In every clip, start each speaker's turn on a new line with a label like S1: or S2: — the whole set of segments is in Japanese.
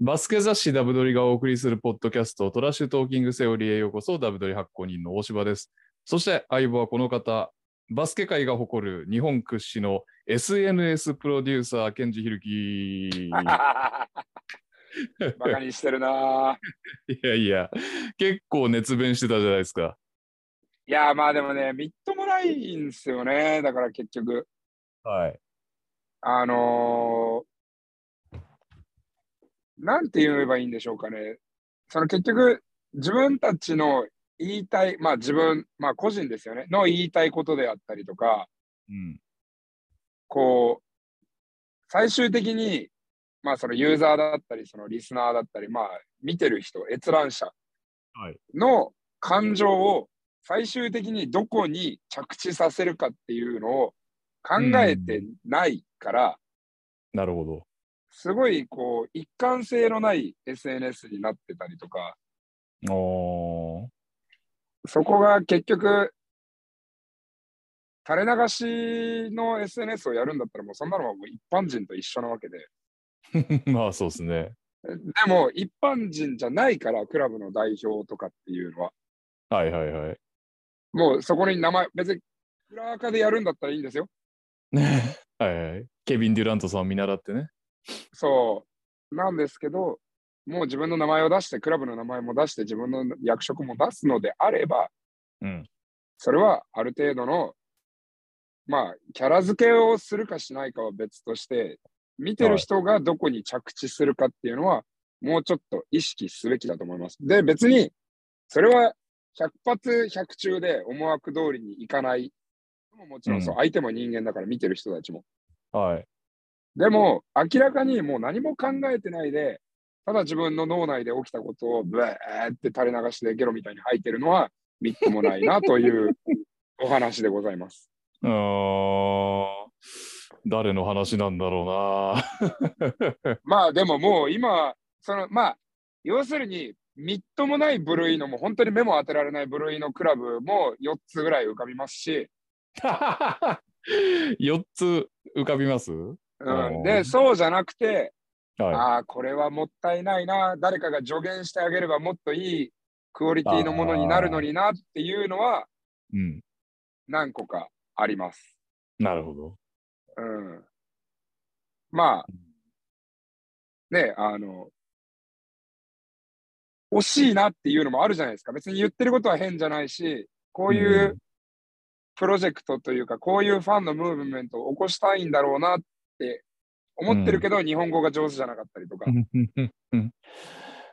S1: バスケ雑誌ダブドリがお送りするポッドキャスト、トラッシュトーキングセオリーへようこそ、ダブドリ発行人の大柴です。そして相棒はこの方、バスケ界が誇る日本屈指の SNS プロデューサー、ケンジヒルキ
S2: バカにしてるなぁ。
S1: いやいや、結構熱弁してたじゃないですか。
S2: いやー、まあでもね、みっともないんですよね。だから結局、
S1: はい。
S2: あのーなんて言えばいいんでしょうかね。その結局、自分たちの言いたい、まあ自分、まあ個人ですよね、の言いたいことであったりとか、
S1: うん。
S2: こう、最終的に、まあそのユーザーだったり、そのリスナーだったり、まあ見てる人、閲覧者
S1: はい
S2: の感情を最終的にどこに着地させるかっていうのを考えてないから、
S1: なるほど。
S2: すごいこう一貫性のない SNS になってたりとか、
S1: お
S2: そこが結局、垂れ流しの SNS をやるんだったら、もうそんなのはもう一般人と一緒なわけで、
S1: ー まあそうですね。
S2: でも一般人じゃないから、クラブの代表とかっていうのは、
S1: はいはいはい。
S2: もうそこに名前、別に裏垢でやるんだったらいいんですよ。
S1: はいはい。ケビン・デュラントさんを見習ってね。
S2: そう。なんですけど、もう自分の名前を出して、クラブの名前も出して、自分の役職も出すのであれば、
S1: うん。
S2: それはある程度の、まあ、キャラ付けをするかしないかは別として、見てる人がどこに着地するかっていうのは、もうちょっと意識すべきだと思います。で、別に、それは100発100中で思惑通りにいかない。もちろんそう、
S1: う
S2: 相手も人間だから見てる人たちも。
S1: はい。
S2: でも、明らかにもう何も考えてないで、ただ自分の脳内で起きたことをブエーって垂れ流しでゲロみたいに吐いてるのはみっともないな というお話でございます。
S1: うーん誰の話なんだろうな。
S2: まあでももう今、そのまあ、要するにみっともない部類のもう本当に目も当てられない部類のクラブも4つぐらい浮かびますし、
S1: 4つ浮かびます
S2: うん、
S1: お
S2: で、
S1: ー
S2: そうじゃなくて、
S1: は
S2: ああ、これはもったいないな、誰かが助言してあげればもっといいクオリティのものになるのになっていうのは、
S1: い。うん。
S2: 何個かあります。
S1: なるほど。
S2: うん。まあ、ね、あの、惜しいなっていうのもあるじゃないですか。別に言ってることは変じゃないし、こういううプロジェクトというか、こういうファンのムーブメントを起こしたいんだろうなって思ってるけど、日本語が上手じゃなかったりとか。
S1: うん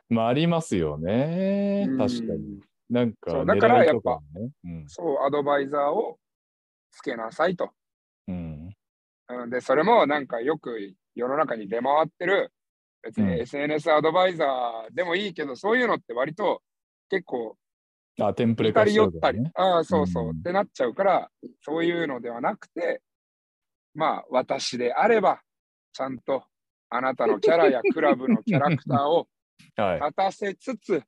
S1: まあありますよね
S2: うん。
S1: 確かに。なんか
S2: そうだから
S1: 狙いとかね。うん
S2: そう、アドバイザーをつけなさいと。
S1: うん。
S2: うん、で、それもなんかよく世の中に出回ってる、別
S1: うん
S2: に SNS アドバイザーでもいいけど、そういうのって割と結構、
S1: あ、テンプレ
S2: 似
S1: 化
S2: た
S1: し
S2: り
S1: て
S2: 寄
S1: る
S2: っ
S1: と
S2: た
S1: か
S2: り、
S1: ね。
S2: ああ、そうそう、
S1: うん
S2: ってなっちゃうから、そういうのではなくて、まあ、私であれば、ちゃんとあなたのキャラやクラブのキャラクターを
S1: はい。
S2: 立たせつつ、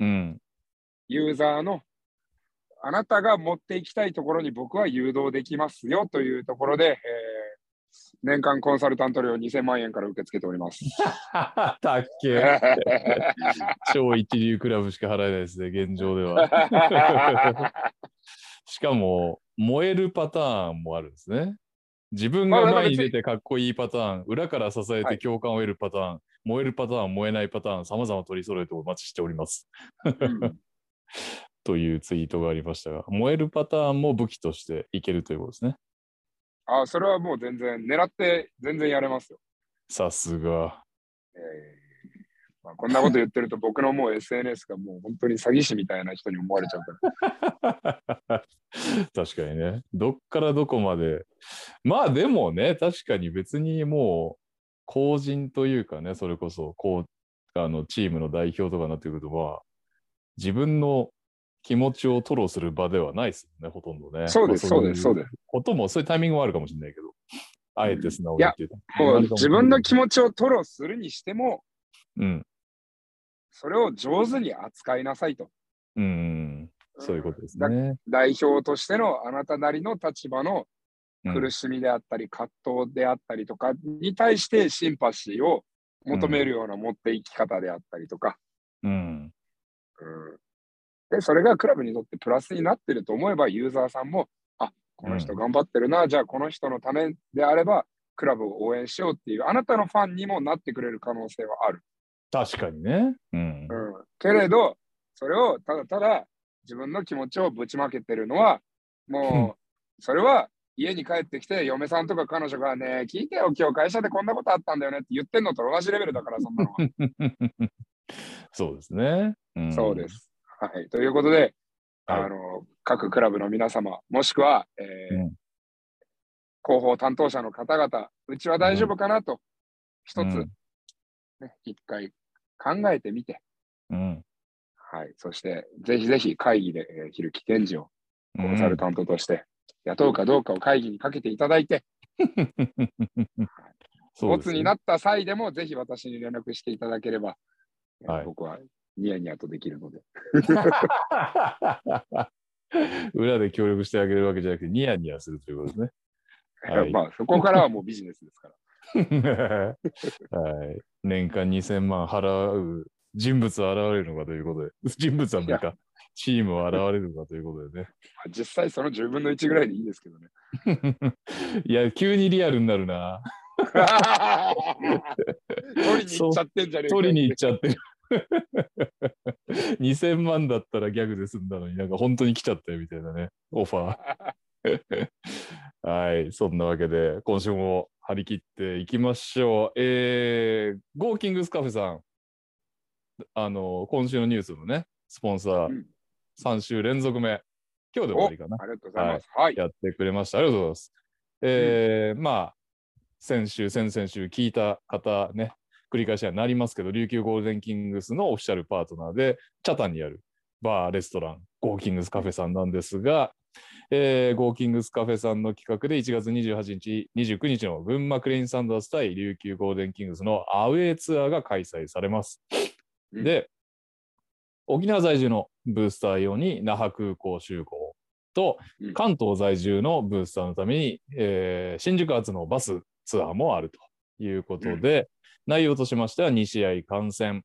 S1: うん。
S2: ユーザーのあなたが持っていきたいところに僕は誘導できますよというところで、えー年間コンサルタント料2000万円から受け付けております。
S1: たっ け。超一流クラブしか払えないですね、現状では。しかも、燃えるパターンもあるんですね。自分が前に出てかっこいいパターン、裏から支えて共感を得るパターン、燃えるパターン、燃えないパターン、様々取り揃えてお待ちしております。
S2: うん
S1: というツイートがありましたが、燃えるパターンも武器としていけるということですね。
S2: あそれはもう全然狙って全然やれますよ。
S1: さすが。
S2: えーまあ、こんなこと言ってると僕のもう SNS がもう本当に詐欺師みたいな人に思われちゃうから。
S1: 確かにね。どっからどこまで。まあでもね、確かに別にもう、公人というかね、それこそ、こう、あの、チームの代表とかになってくると、まあ、自分の気持ちを吐露する場ではないですよね、ほとんどね。
S2: そうです、
S1: まあ
S2: そうです、
S1: い
S2: そうです。
S1: ことも、そういうタイミングもあるかもしれないけど、あえて素直
S2: い
S1: に
S2: や
S1: っていうか
S2: もう自分の気
S1: 持ち。
S2: 持ちを吐露するにしても、
S1: うん。
S2: それを上手に扱いなさいと。
S1: うん。そういうことです
S2: だ
S1: ね。
S2: 代表としてのあなたなりの立場の
S1: うん
S2: 苦しみであったり、葛藤であったりとかに対してシンパシーを求めるような持っていき方であったりとか、
S1: うん。
S2: うんで、それがクラブにとってプラスになってると思えば、ユーザーさんも、あこの人頑張ってるな、じゃあこの人のためであれば、クラブを応援しようっていう、あなたのファンにもなってくれる可能性はある。
S1: 確かにね。うん。
S2: うん、けれど、それをただただ自分の気持ちをぶちまけてるのは、もう、それは家に帰ってきて、嫁さんとか彼女がね、聞いてよ、今日会社でこんなことあったんだよねって言ってんのと同じレベルだから、そんなのは。
S1: そうですね。うん
S2: そうで。す。はい。ということで、
S1: はい
S2: あの、各クラブの皆様、もしくは、えー
S1: うん
S2: 広報担当者の方々、うちは大丈夫かなと、一つ、
S1: う
S2: ね
S1: ん
S2: 一回考えてみて、
S1: うん。
S2: はい。そして、ぜひぜひ会議で、えー、ひるきけんじをコンサルタントとして、雇うかどうかを会議にかけていただいて、
S1: そう
S2: ボ
S1: です
S2: ツ
S1: ね
S2: になった際でも、ぜひ私に連絡していただければ、えー
S1: はい
S2: 僕はニヤニヤとできるので。
S1: 裏で協力してあげるわけじゃなくて、ニヤニヤするということですね。 はい
S2: まあ、そこからはもうビジネスですから。
S1: はい、年間2000万払う人物は現れるのかということで、人物は無理か、チームは現れるのかということで
S2: まあ実際その10分の1ぐらいでいいですけどね。
S1: ね。 いや、急にリアルになるな。
S2: 取りに行っちゃってんじゃねえか
S1: 取りに行っちゃってる。2000万だったらギャグで済んだのになんか本当に来ちゃったよみたいなね、オファー。 はい、そんなわけで、今週も張り切っていきましょう。えー、ゴーキングスカフェさん、あの、今週のニュースのね、スポンサー
S2: うん
S1: 3週連続目、今日で終わりかな。
S2: ありがとうございます。はい。
S1: やってくれました。ありがとうございます。えーまあ、先週、先々週聞いた方ね、繰り返しにはなりますけど、琉球ゴールデンキングスのオフィシャルパートナーで、北谷にあるバー、レストラン、ゴーキングスカフェさんなんですが、えーゴーキングスカフェさんの企画で1月28日、29日の群馬クレインサンダース対琉球ゴールデンキングスのアウェーツアーが開催されます。
S2: うん
S1: で、沖縄在住のブースター用に那覇空港集合と
S2: うん
S1: 関東在住のブースターのために、えー新宿発のバスツアーもあるということで、内容としましては2試合観戦、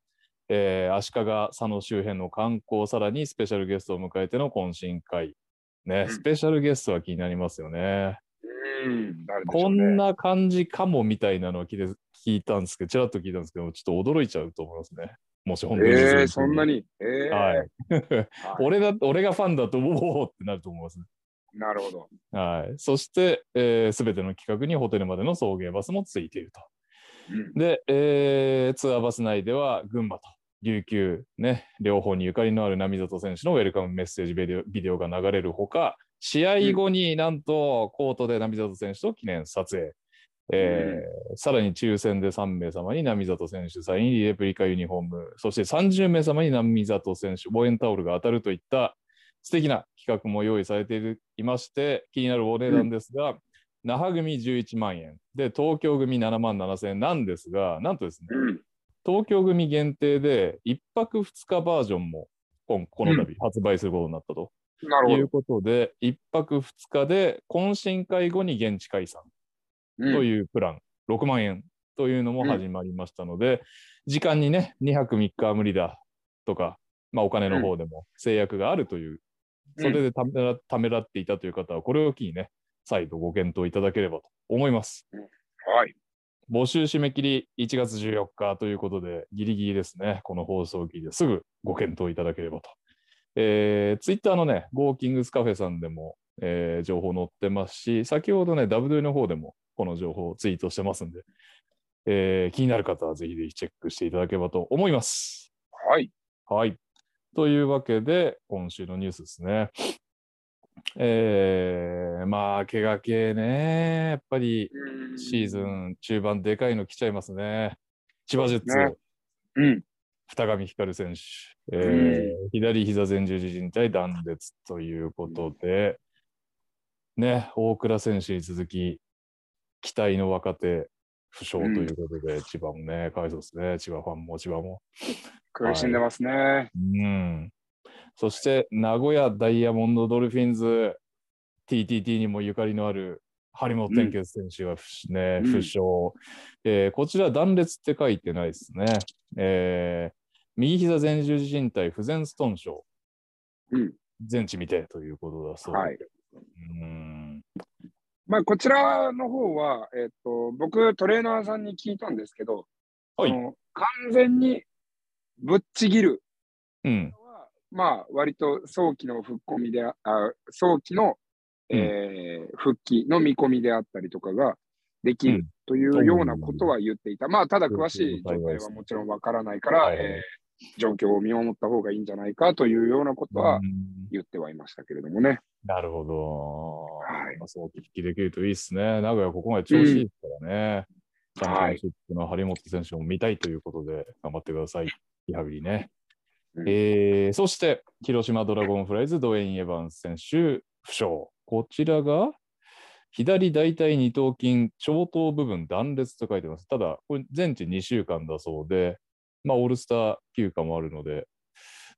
S1: えー足利佐野周辺の観光さらにスペシャルゲストを迎えての懇親会ね
S2: うん
S1: スペシャルゲストは気になりますよね、
S2: うん。誰でしょ
S1: こ
S2: うね
S1: んな感じかもみたいなのを聞いて聞いたんですけどちらっと聞いたんですけどちょっと驚いちゃうと思いますねもし本当に実現する
S2: えー、そんなに。えー
S1: はい
S2: はい
S1: 俺だ俺がファンだとおおってなると思いますね
S2: なるほど。
S1: はい、そして、す、え、べ、ての企画にホテルまでの送迎バスもついていると。
S2: うん
S1: で、えーツアーバス内では群馬と琉球、ね、両方にゆかりのある並里選手のウェルカムメッセージビデオビデオが流れるほか、試合後になんとコートで並里選手と記念撮影。えーさらに抽選で3名様に並里選手サイン入りレプリカユニフォーム、そして30名様に並里選手応援タオルが当たるといった素敵な企画も用意されているいまして、気になるお値段ですが、那覇組11万円で東京組7万7千円なんですがなんとですね
S2: うん。
S1: 東京組限定で1泊2日バージョンも今この度発売することになったと
S2: なる
S1: いう
S2: ほど。
S1: ことで、1泊2日で懇親会後に現地解散
S2: うん
S1: というプラン、6万円というのも始まりましたので、時間にね2泊3日は無理だとか、まあ、お金の方でも制約があるという、
S2: うん
S1: それでためらためらっていたという方はこれを機にね再度ご検討いただければと思います。
S2: はい。
S1: 募集締め切り1月14日ということで、ギリギリですね、この放送機ですぐご検討いただければと。えー、ツイッターのね、ゴーキングスカフェさんでも、えー情報載ってますし、先ほどね、W の方でもこの情報をツイートしてますんで、えー気になる方はぜひぜひチェックしていただければと思います。
S2: はい。
S1: はい。というわけで、今週のニュースですね。えー、まあ、怪我系ね、やっぱり
S2: うん
S1: シーズ。ン中盤でかいの来ちゃいますね。千葉ジェッツ、
S2: ねうん。
S1: 二上光選手、えー
S2: う
S1: 左膝前十字靭帯断裂ということで、ね、大倉選手に続き、期待の若手、負傷ということで、千葉もね、かわいそうですね、千葉ファンも千葉も。
S2: 苦しんでますね。
S1: うん、そして、名古屋ダイヤモンドドルフィンズ、TTT にもゆかりのある張本天傑選手がふしね、
S2: うん
S1: 負傷、えーこちら断裂って書いてないですね。えー右膝前十字靭帯不全損傷。
S2: うん
S1: 全治未定ということだそうで。
S2: はい。
S1: うん
S2: まあ、こちらの方は、えっと、僕、トレーナーさんに聞いたんですけど、
S1: はい
S2: あの完全にぶっちぎる
S1: うん。
S2: のは、まあ、割と早期の復込みであ、あ早期の、
S1: うん
S2: えー復帰の見込みであったりとかができ
S1: う
S2: る
S1: ん
S2: というようなことは言っていた。まあ、ただ詳しい状態はもちろんわからないから、
S1: はい
S2: えー状況を見守った方がいいんじゃないかというようなことは
S1: うん
S2: 言ってはいましたけれどもね。
S1: なるほど。
S2: はい
S1: まあ、そう復帰できるといいですね。名古屋、ここまで調子いいですからね。チャンピオンシップの張本選手も見たいということで、頑張ってください。リハビリね。
S2: うん
S1: えーそして、広島ドラゴンフライズ、ドウェイン・エヴァンス選手、負傷。こちらが、左大腿二頭筋、長頭部分断裂と書いてます。ただ、これ全治2週間だそうで、まあ、オールスター休暇もあるので、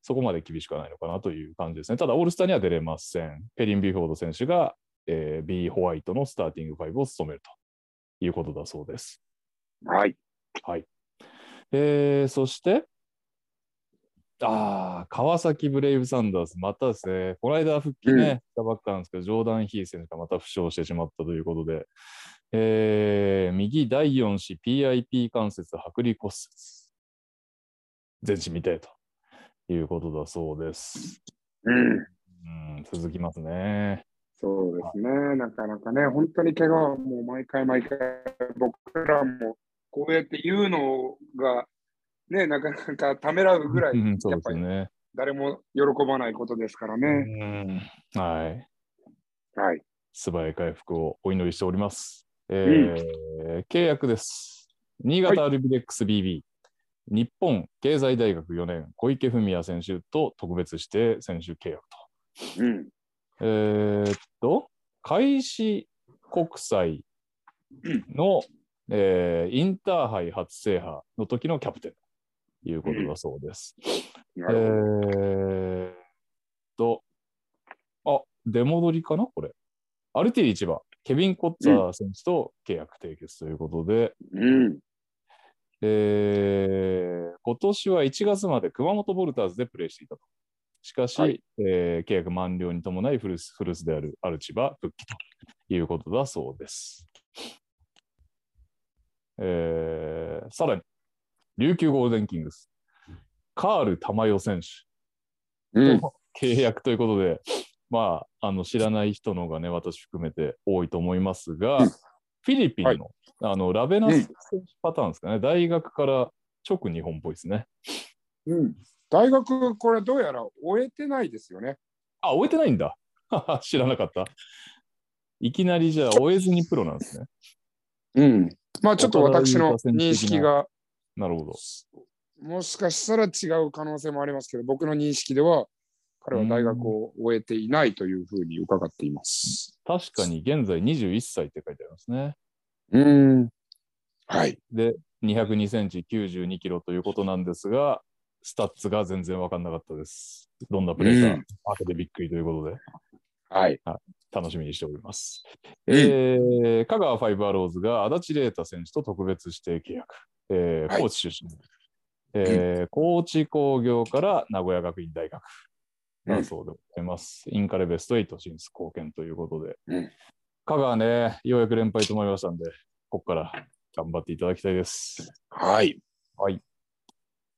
S1: そこまで厳しくはないのかなという感じですね。ただ、オールスターには出れません。ペリン・ビュフォード選手が、えー、B ・ホワイトのスターティングファイブを務めるということだそうです。
S2: はい。
S1: はい。えーそして、ああ、川崎ブレイブサンダース、またですね、この間復帰ね、
S2: うん
S1: したばっかなんですけど、ジョーダン・ヒー選手がまた負傷してしまったということで、えー右第4子 PIP 関節剥離骨折、全治未定ということだそうです。
S2: うん。
S1: うん、続きますね。
S2: そうですね、なかなかね、本当に怪我はもう毎回毎回、僕らもこうやって言うのが、ね、なかなかためらうぐらい、
S1: うん、そう
S2: やっ
S1: で
S2: ぱ
S1: す
S2: り
S1: ね。
S2: 誰も喜ばないことですからね。
S1: うん、はい。
S2: はい。
S1: 素早い回復をお祈りしております。えー契約です。新潟アルビレックス BB、日本経済大学4年、小池文也選手と特別指定選手契約
S2: うん。
S1: と。えーっと、開始国際の、えーインターハイ初制覇の時のキャプテンということだそうです。
S2: な
S1: え
S2: るほど
S1: ーっと、あ、出戻りかなこれ。アルティリ市場、ケビン・コッツァー選手と契約締結ということで、
S2: うん。
S1: えー今年は1月まで熊本ボルターズでプレーしていたと。しかし、
S2: はい
S1: えー契約満了に伴い古巣、古巣であるアルチバ復帰ということだそうです。えーさらに、琉球ゴールデンキングス、カール玉代選手、
S2: うん。
S1: 契約ということで、まあ、あの知らない人の方がね、私含めて多いと思いますが、
S2: うん
S1: フィリピンの,、
S2: はい
S1: あのラベナス選手パターンですかね、大学から直日本っぽいですね。
S2: うん、大学、これどうやら終えてないですよね。
S1: あ、終えてないんだ。 知らなかった。いきなりじゃあ、終えずにプロなんですね。
S2: うん。まあちょっと私の
S1: 岡田優太選手的な
S2: 認識が、
S1: なるほど。
S2: もしかしたら違う可能性もありますけど、僕の認識では、彼は大学を終えていないというふうに伺っています。
S1: 確かに現在21歳って書いてありますね。
S2: うん。はい。
S1: で、202センチ、92キロということなんですが、スタッツが全然分かんなかったです。どんなプレー
S2: う
S1: か、後でびっくりということで。
S2: はい。
S1: 楽しみにしております。
S2: うん
S1: えー香川ファイブアローズが足立玲太選手と特別指定契約、えー
S2: はい
S1: 高知出身、えー高知工業から名古屋学院大学だそうでございます。インカレベスト8進出貢献ということで、
S2: うん
S1: 香川ね、ようやく連敗と思いましたんで、ここから頑張っていただきたいです。
S2: はい。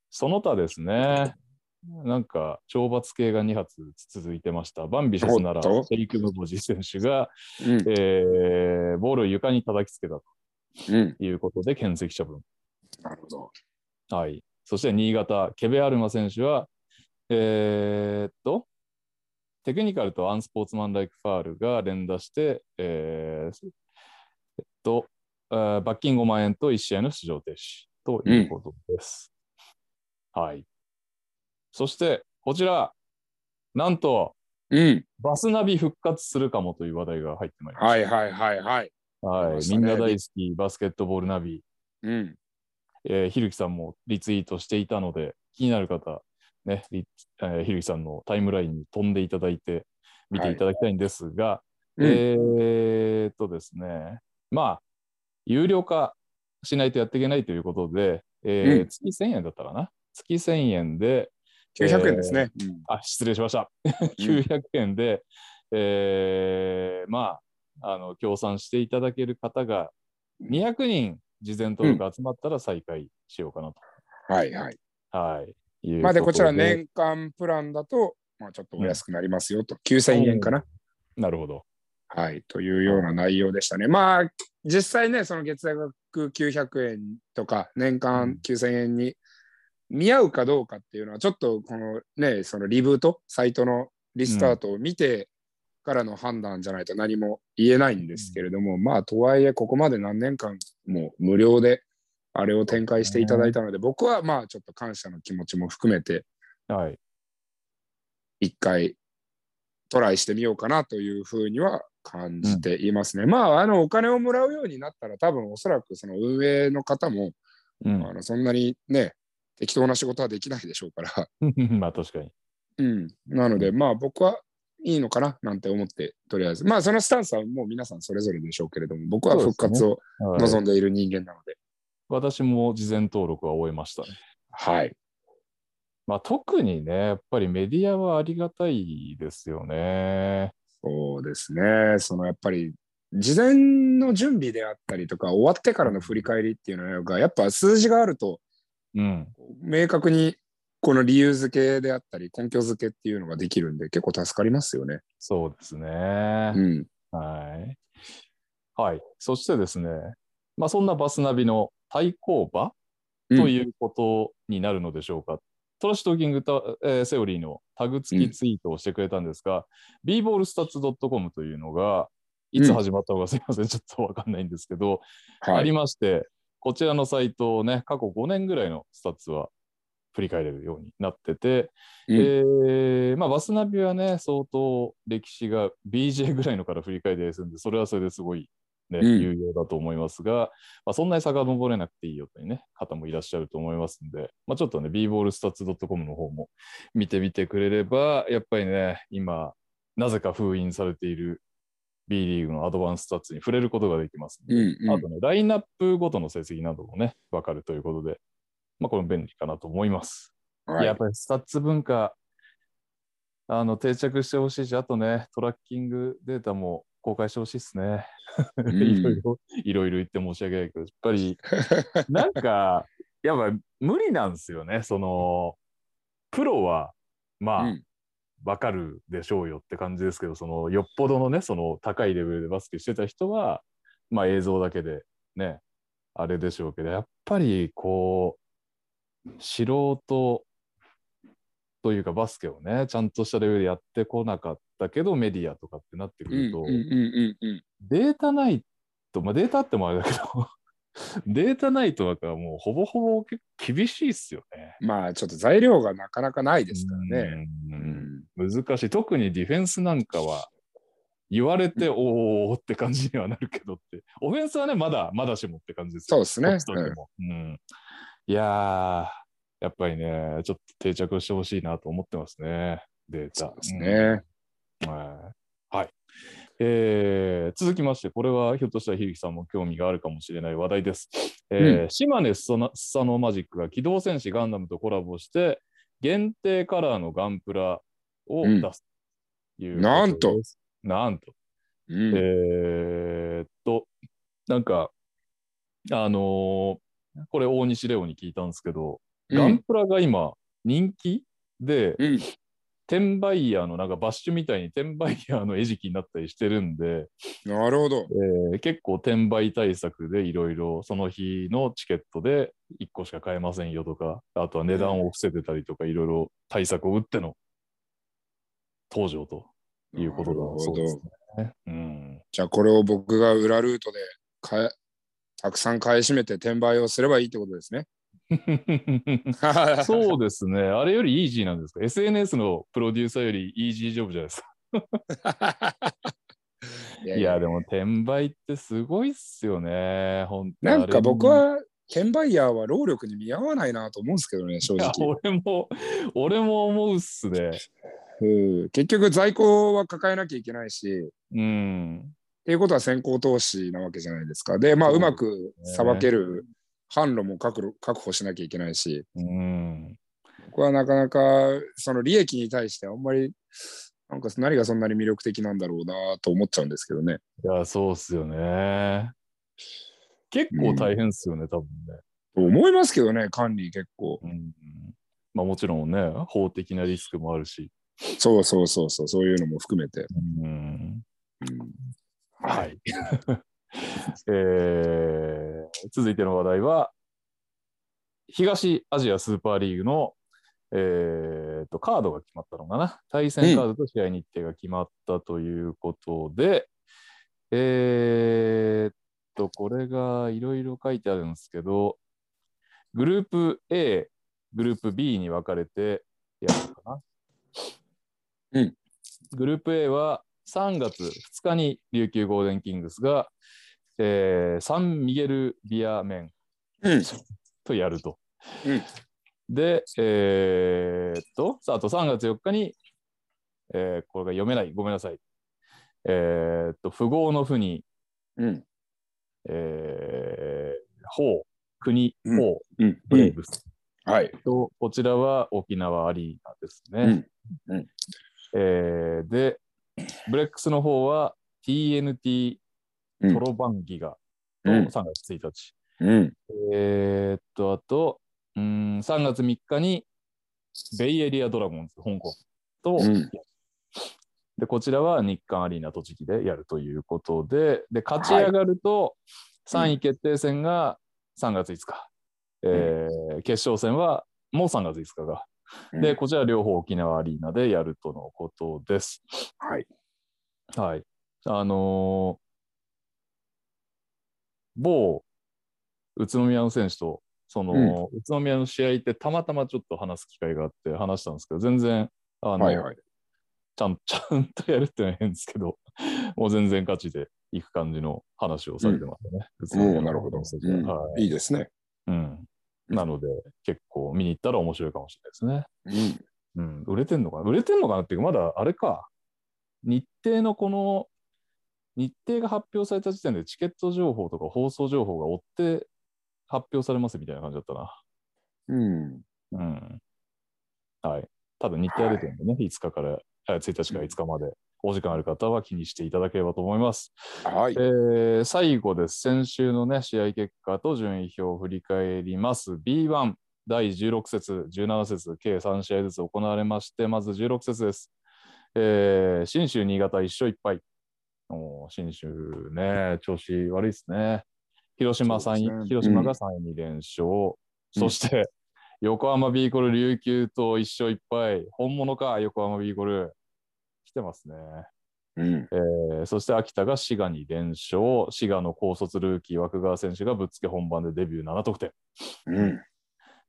S1: その他ですね、なんか懲罰系が2発続いてました。バンビシャスなら、
S2: おっと
S1: テイクムボジ選手が、
S2: うん。
S1: えーボールを床に叩きつけたと
S2: うん。
S1: いうことで、検責処分。
S2: なるほど。
S1: はい。そして、新潟、ケベアルマ選手は、えーっと、テクニカルとアンスポーツマンライクファールが連打して、えーえっと、あー罰金5万円と1試合の出場停止ということです。はい。そして、こちら、なんと、
S2: うん。
S1: バスナビ復活するかもという話題が入ってまいりました。
S2: はいはいはいはい。あり
S1: は
S2: まし
S1: い、
S2: た
S1: み
S2: ね
S1: んな大好きバスケットボールナビ、
S2: うん。
S1: えーひるきさんもリツイートしていたので、気になる方、ねリえーひるきさんのタイムラインに飛んでいただいて、見ていただきたいんですが、
S2: うん
S1: えーっとですね、まあ、有料化しないとやっていけないということで、えー
S2: うん
S1: 月1000円だったかな。月1000円で、
S2: 900円ですね。
S1: あ、失礼しました。900円で、えーまあ、あの、協賛していただける方が、200人事前登録集まったら再開しようかなと。
S2: うんはいはい。
S1: はい。いう
S2: まあで、こちら
S1: と
S2: 年間プランだと、まあちょっとお安くなりますよと、9000円かな。
S1: なるほど。
S2: はい、というような内容でしたね。まあ、実際ね、その月額900円とか、年間9000円に見合うかどうかっていうのは、ちょっとこのね、そのリブート、サイトのリスタートを見てからの判断じゃないと何も言えないんですけれども、まあ、とはいえ、ここまで何年間も無料で、あれを展開していただいたので、僕はまあ、ちょっと感謝の気持ちも含めて、
S1: はい。
S2: 一回トライしてみようかなというふうには感じていますね。まあ、あの、お金をもらうようになったら、多分おそらくその運営の方も、
S1: うん
S2: あのそんなにね、適当な仕事はできないでしょうから。
S1: まあ、確かに。
S2: うん。なので、まあ、僕はいいのかななんて思って、とりあえず。まあ、そのスタンスはもう皆さんそれぞれでしょうけれども、僕は復活を
S1: はい
S2: 望んでいる人間なので。
S1: 私も事前登録は終えましたね。
S2: はい。
S1: まあ、特にね、やっぱりメディアはありがたいですよね。
S2: そうですね。そのやっぱり、事前の準備であったりとか、終わってからの振り返りっていうのが、やっぱ数字があると、
S1: うん。
S2: 明確にこの理由付けであったり根拠付けっていうのができるんで結構助かりますよね。
S1: そうですね。
S2: うん。
S1: はい。はい。そしてですね、まあ、そんなバスナビの対抗馬
S2: うん
S1: ということになるのでしょうか。トラッシュトーキングタ、えーセオリーのタグ付きツイートをしてくれたんですが、b b a l l s t a t s c o m というのが、いつ始まったのかすいません、ちょっとわかんないんですけど、あ
S2: は
S1: り
S2: い。
S1: まして、こちらのサイトをね、過去5年ぐらいのスタッツは振り返れるようになってて、
S2: うん
S1: えーまあ、バスナビはね、相当歴史が BJ ぐらいのから振り返りでするんで、それはそれですごい、ね
S2: うん
S1: 有用だと思いますが、まあ、そんなに遡れなくていいよという、ね、方もいらっしゃると思いますんで、まあ、ちょっとね、b b a l l s t a t s c o m の方も見てみてくれれば、やっぱりね、今、なぜか封印されている B リーグのアドバンススタッツに触れることができますんで、
S2: うん
S1: あ
S2: う
S1: とね、ラインナップごとの成績などもね、わかるということで、まあ、これも便利かなと思います。
S2: ん。はい
S1: やっぱりスタッツ文化、あの定着してほしいし、あとね、トラッキングデータも公開してほしいですね。
S2: ん
S1: いろいろ、いろいろ言って申し訳ないけど、やっぱり、 なんか、やっぱ無理なんですよね、その、プロは、まあ、
S2: うん
S1: わかるでしょうよって感じですけど、そのよっぽどのね、その高いレベルでバスケしてた人は、まあ映像だけでね、あれでしょうけど、やっぱりこう、素人というかバスケをね、ちゃんとしたレベルでやってこなかったけど、メディアとかってなってく
S2: うんう
S1: る
S2: ん
S1: と、
S2: うんうんうん。
S1: データないと、まあデータあってもあれだけど、データないとなんかもうほぼほぼ結構厳しいっすよね。
S2: まあちょっと材料がなかなかないですからね。
S1: う。
S2: うんん
S1: 難しい。特にディフェンスなんかは、言われて、おーおーって感じにはなるけどって。 オフェンスはね、まだ、まだしもって感じですよ
S2: そうで
S1: こ
S2: すね
S1: っちとってもうんいやー、やっぱりね、ちょっと定着してほしいなと思ってますね。データ。
S2: そうですね。
S1: うんはいはい。えー続きまして、これはひょっとしたらひるきさんも興味があるかもしれない話題です。えー島根スサナスサノマジックが機動戦士ガンダムとコラボして、限定カラーのガンプラを出すということです、な
S2: なんと
S1: んと。
S2: うん
S1: えーっと、なんか、あのーこれ大西レオに聞いたんですけど、
S2: うん
S1: ガンプラが今人気で、
S2: うん
S1: 転売ヤーのなんかバッシュみたいに転売ヤーの餌食になったりしてるんで、
S2: なるほど。
S1: えー結構転売対策でいろいろその日のチケットで1個しか買えませんよとか、あとは値段を防げたりとかいろいろ対策を打っての登場ということだそうですね。うん、
S2: じゃあこれを僕が裏ルートで買えたくさん買い占めて転売をすればいいってことですね。
S1: そうですね。あれよりイージーなんですか ?SNS のプロデューサーよりイージージョブじゃないですか。
S2: い
S1: いや、でも転売ってすごいっすよね。本当
S2: なん
S1: あ
S2: か
S1: れ
S2: 僕は、転売ヤーは労力に見合わないなと思うんですけどね、正
S1: いや
S2: 直。
S1: 俺も、俺も思うっすね。
S2: うん結局在庫は抱えなきゃいけないし、
S1: うん。
S2: っていうことは先行投資なわけじゃないですか。で、まあ、
S1: そう
S2: う
S1: ですね
S2: まくさばける販路も確保確保しなきゃいけないし、
S1: うん。
S2: ここはなかなか、その利益に対してあんまり、なんか何がそんなに魅力的なんだろうなと思っちゃうんですけどね。
S1: いや、そうっすよね。結構大変っすよね、多分ね。
S2: と思いますけどね、管理結構。
S1: うん。まあもちろんね、法的なリスクもあるし。
S2: そうそうそうそう、そういうのも含めて。
S1: うん。
S2: うん
S1: はい。えー続いての話題は、東アジアスーパーリーグの、えーとカードが決まったのかな。対戦カードと試合日程が決まったということで、えーっと、これがいろいろ書いてあるんですけど、グループ A、グループ B に分かれてやるのかな。
S2: うん
S1: グループ A は3月2日に琉球ゴールデンキングスが、えーサンミゲル・ビアメン
S2: うん。
S1: とやると。
S2: うん
S1: で、えーっと、さああと3月4日に、えーこれが読めない、ごめんなさい。えーっと、富豪の富に、
S2: うん。
S1: えー、法、国、
S2: うん
S1: 法、
S2: うん。
S1: ブレイブス
S2: はい。
S1: と、こちらは沖縄アリーナですね。
S2: うんうん
S1: えーで、ブレックスの方は TNT
S2: う
S1: ト
S2: ん
S1: ロバンギガと
S2: うん
S1: 3月1日。
S2: うん。
S1: えーっと、あと、うーん、3月3日にベイエリアドラゴンズ、香港と、
S2: うん
S1: で、こちらは日韓アリーナ栃木でやるということで、で、勝ち上がると3位決定戦が3月5日。えー決勝戦はもう3月5日が。
S2: う
S1: で、
S2: ん
S1: こちら両方沖縄アリーナでやるとのことです。
S2: はい。
S1: はい。あのー某宇都宮の選手と、その、宇都宮の試合ってたまたまちょっと話す機会があって話したんですけど、全然、あの、
S2: はいはい。
S1: ちゃん、 ちゃんとやるってのは変ですけど、 もう全然勝ちでいく感じの話をされてましたね。宇都宮
S2: う
S1: の
S2: ん、なるほど、
S1: 選手
S2: うん
S1: ははい
S2: いですね。
S1: うん。なので、結構見に行ったら面白いかもしれないですね。
S2: うん。
S1: うん、売れてんのかな売れてんのかなっていうか、まだあれか。日程のこの、日程が発表された時点でチケット情報とか放送情報が追って発表されますみたいな感じだったな。
S2: うん。
S1: うん。はい。多分日程は出てるんでね、5日から、あ1日から5日まで、お時間ある方は気にしていただければと思います。
S2: はい。
S1: えー最後です。先週のね、試合結果と順位表を振り返ります。B1、第16節、17節、計3試合ずつ行われまして、まず16節です。えー、新州新潟1勝1敗。おー新州ね、調子悪いですね。広島
S2: そう
S1: 3
S2: です
S1: 位、
S2: ね
S1: 広島が3位に連勝。そして、横浜ビーコル琉球と1勝1敗。本物か、横浜ビーコル。来てますね。
S2: うん。
S1: えーそして秋田が滋賀に連勝、滋賀の高卒ルーキー、枠川選手がぶっつけ本番でデビュー7得点、
S2: うん。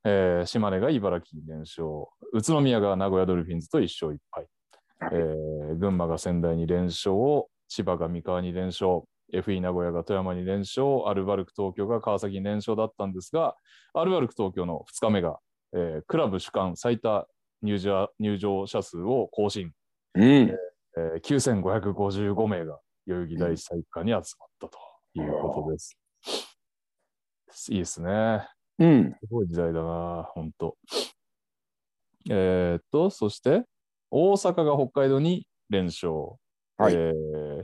S1: えー島根が茨城に連勝、宇都宮が名古屋ドルフィンズと1勝1敗、えー群馬が仙台に連勝、千葉が三河に連勝、FE 名古屋が富山に連勝、アルバルク東京が川崎に連勝だったんですが、アルバルク東京の2日目が、えークラブ主幹最多入場入場者数を更新。
S2: うん。
S1: えー、9555名が代々木第一体育館に集まったということです。いいですね。
S2: うん。
S1: すごい時代だな、本当。えーっと、そして、大阪が北海道に連勝。
S2: はい
S1: えー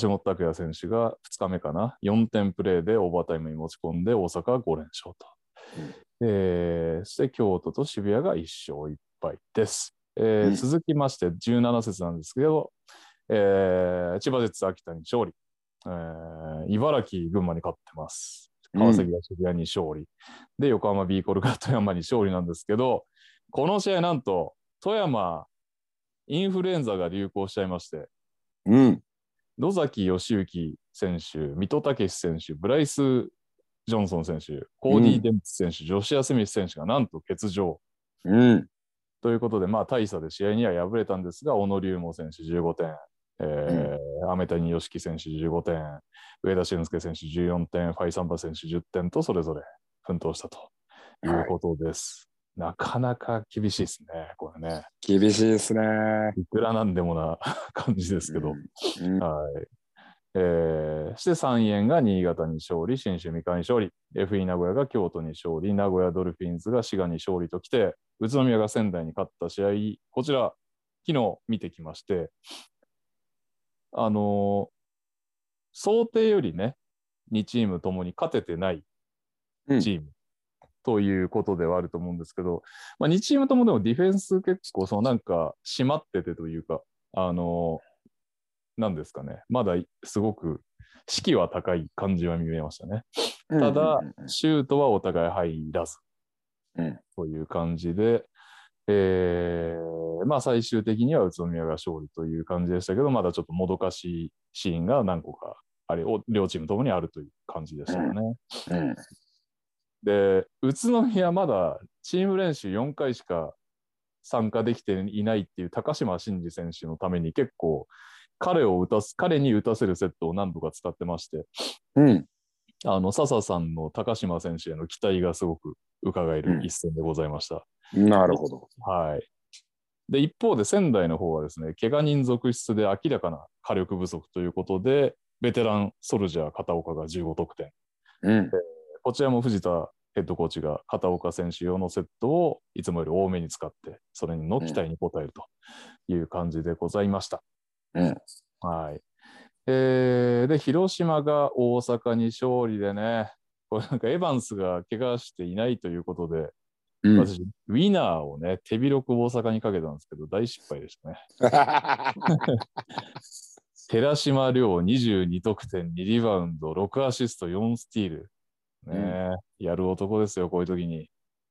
S1: 橋本拓也選手が2日目かな、4点プレーでオーバータイムに持ち込んで、大阪5連勝と。えーそして京都と渋谷が1勝1敗です。えー
S2: うん
S1: 続きまして、17節なんですけど、えー千葉ジェッツ、秋田に勝利、えー茨城、群馬に勝ってます。川崎が渋谷に勝利、で、横浜ビーコルが富山に勝利なんですけど、この試合、なんと、富山、インフルエンザが流行しちゃいまして、
S2: うん。
S1: 野崎義行選手、水戸武史選手、ブライス・ジョンソン選手、コーディー・デンプス選手、ジョシア・スミス選手がなんと欠場。
S2: うん。
S1: ということで、まあ、大差で試合には敗れたんですが、小野龍門選手15点、えー雨谷良樹選手15点、上田俊介選手14点、ファイサンバ選手10点とそれぞれ奮闘したということです。なかなか厳しいですね、これね。
S2: 厳しいですね。
S1: いくらなんでもな 感じですけど。
S2: うんうん
S1: はい。えー、して三円が新潟に勝利、新州三河に勝利、FE 名古屋が京都に勝利、名古屋ドルフィンズが滋賀に勝利ときて、宇都宮が仙台に勝った試合、こちら、昨日見てきまして、あのー想定よりね、2チームともに勝ててないチーム、ということではあると思うんですけど、まあ、2チームともでもディフェンス結構、そのなんか、締まっててというか、あのーなんですかね、まだいすごく士気は高い感じは見えましたね。ただ
S2: うんうんうん
S1: シュートはお互い入らず
S2: うん
S1: という感じで、えーまあ、最終的には宇都宮が勝利という感じでしたけど、まだちょっともどかしいシーンが何個かあれお両チームともにあるという感じでしたよね。
S2: うん
S1: で、宇都宮まだチーム練習4回しか参加できていないっていう高島慎二選手のために結構彼を打たす、彼に打たせるセットを何度か使ってまして、
S2: うん
S1: あの、笹さんの高島選手への期待がすごく伺える一戦でございました。
S2: なるほど。
S1: はい。で、一方で仙台の方はですね、怪我人続出で明らかな火力不足ということで、ベテランソルジャー片岡が15得点。
S2: うん
S1: こちらも藤田ヘッドコーチが片岡選手用のセットをいつもより多めに使って、それの期待に応えるという感じでございました。
S2: うん
S1: はい。えーで、広島が大阪に勝利でね、これなんかエヴァンスが怪我していないということで、
S2: うん
S1: 私、ウィナーをね、手広く大阪にかけたんですけど、大失敗でしたね。寺島亮22得点、2リバウンド、6アシスト、4スティール。ねえやる男ですよ、こういう時に。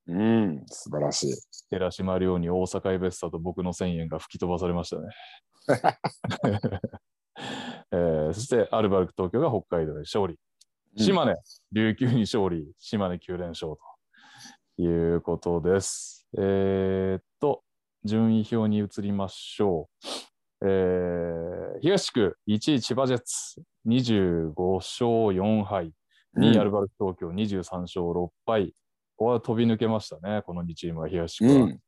S2: うん、素晴らしい。
S1: 寺島亮に大阪エベッサと僕の1000円が吹き飛ばされましたね。えーそしてアルバルク東京が北海道で勝利。島根、琉球に勝利、島根9連勝ということです。えーっと、順位表に移りましょう。えー東地区1位千葉ジェッツ25勝4敗、2位アルバルク東京23勝6敗、ここは飛び抜けましたね、この2チームは東地区
S2: う
S1: は。
S2: ん、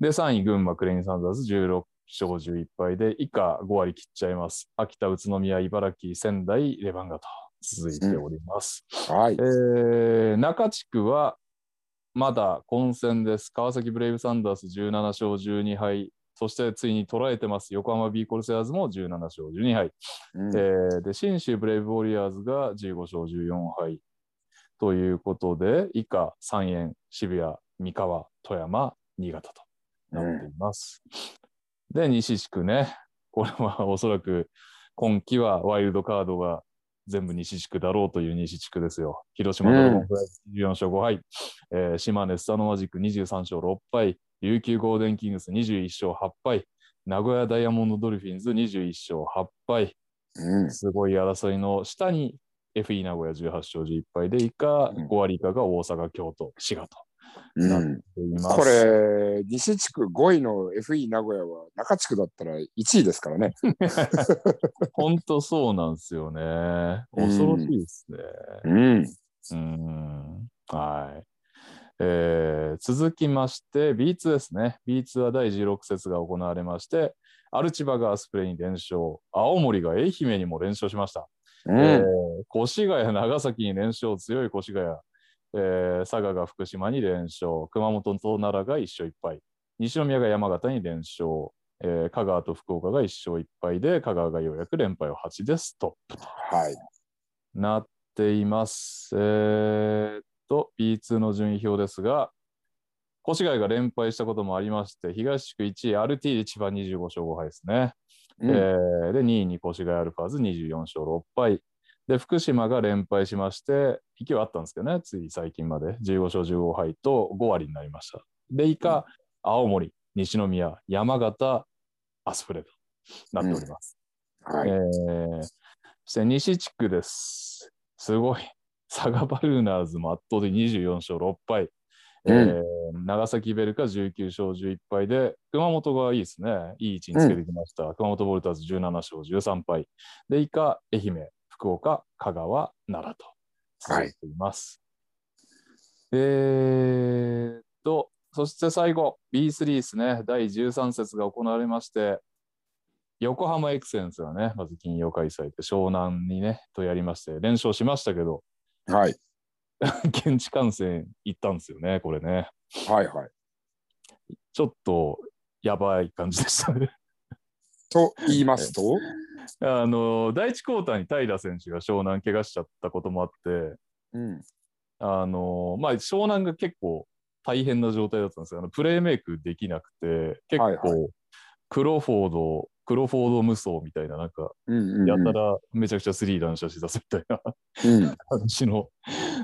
S1: で、3位、群馬、クレインサンダース16勝11敗で、以下5割切っちゃいます。秋田、宇都宮、茨城、仙台、レバンガと続いております。
S2: はい。
S1: えー中地区はまだ混戦です。川崎ブレイブサンダース17勝12敗。そしてついに捉えてます。横浜ビーコルセアーズも17勝12敗。
S2: うん
S1: えーで、信州ブレイブウォリアーズが15勝14敗ということで、以下三円、渋谷、三河、富山、新潟となっています。で、西地区ね、これはおそらく今季はワイルドカードが全部西地区だろうという西地区ですよ。広島ドラゴンフライズ14勝5敗、えー島根スサノマジック23勝6敗、琉球ゴールデンキングス21勝8敗、名古屋ダイヤモンドドルフィンズ21勝8敗、
S2: うん
S1: すごい争いの下に FE 名古屋18勝11敗で以下、
S2: うん
S1: 5割以下が大阪、京都、滋賀と
S2: うん
S1: 言います。
S2: これ、西地区5位の FE 名古屋は中地区だったら1位ですからね。
S1: 本当そうなんですよね。恐ろしいですね。
S2: うん。
S1: うん、はい。えー続きまして B2 ですね。B2 は第16節が行われまして、アルチバがアスプレイに連勝、青森が愛媛にも連勝しました。
S2: う
S1: え
S2: ん。
S1: ー越谷、長崎に連勝、強い越谷、えー佐賀が福島に連勝、熊本と奈良が1勝1敗、西宮が山形に連勝、えー香川と福岡が1勝1敗で、香川がようやく連敗を8でストップ
S2: はい。
S1: となっています。えーっと、B2 の順位表ですが、越谷が連敗したこともありまして、東地区1位、RT で千葉25勝5敗ですね。
S2: うん
S1: えーで、2位に越谷アルファーズ24勝6敗。で、福島が連敗しまして、勢いあったんですけどね、つい最近まで15勝15敗と5割になりました。で、以下、青森、西宮、山形、アスプレとなっております。
S2: はい。
S1: えーそして西地区です。すごい。 佐賀バルーナーズも圧倒的24勝6敗。えー長崎ベルカ19勝11敗で、熊本がいいですね。いい位置につけてきました。熊本ボルターズ17勝13敗。で、以下、愛媛、福岡、香川、奈良と続いています。えーっと、そして最後、B3 ですね。第13節が行われまして、横浜エクセンスがね、まず金曜開催で湘南にね、とやりまして、連勝しましたけど、
S2: はい。
S1: 現地観戦行ったんですよね、これね。
S2: はいはい。
S1: ちょっとやばい感じでしたね。
S2: と言いますと、
S1: あの、第1クォーターに平選手が湘南怪我しちゃったこともあって、
S2: うん。
S1: あの、まあ、湘南が結構大変な状態だったんですよ。あのプレーメイクできなくて、結
S2: はいは
S1: 構、クロフォード、クロフォード無双みたいな、なんか、
S2: うんうん、うん。
S1: やたらめちゃくちゃスリー乱射しだすみたいな
S2: うん。
S1: 感じの。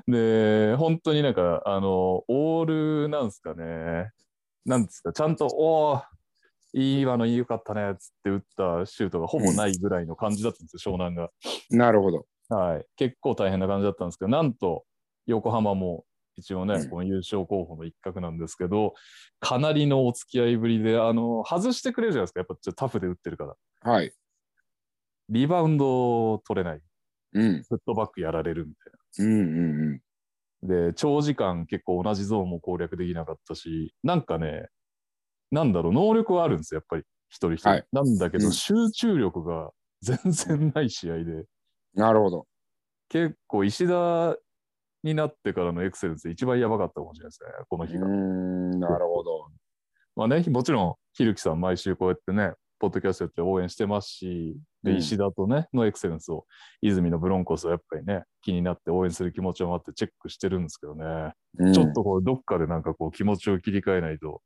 S1: で、本当になんか、あの、オールなんですかね。なんですか、ちゃんと、おーいいわの、良かったね、つって打ったシュートがほぼないぐらいの感じだったんですよ、湘南が。
S2: なるほど。
S1: はい。結構大変な感じだったんですけど、なんと、横浜も一応
S2: う
S1: ね、
S2: ん
S1: この優勝候補の一角なんですけど、かなりのお付き合いぶりで、あの、外してくれるじゃないですか、やっぱちょっとタフで打ってるから。
S2: はい。
S1: リバウンド取れない。
S2: うん。
S1: フットバックやられるみたいな。
S2: うんうんうん。
S1: で、長時間結構同じゾーンも攻略できなかったし、なんかね、なんだろう、能力はあるんですよ、やっぱり、一人一人。
S2: はい
S1: なんだけど、
S2: うん
S1: 集中力が全然ない試合で、
S2: なるほど。
S1: 結構石田になってからのエクセレンスで一番やばかったかもしれないですね、この
S2: う
S1: 日
S2: ー
S1: が。
S2: ん。なるほど。
S1: まあね、もちろん、ひるきさん、毎週こうやってね、ポッドキャストやって応援してますし、で、
S2: うん
S1: 石田とね、のエクセレンスを、泉のブロンコスをやっぱりね、気になって応援する気持ちを待ってチェックしてるんですけどね。
S2: うん
S1: ちょっとこうどっかでなんかこう気持ちを切り替えないと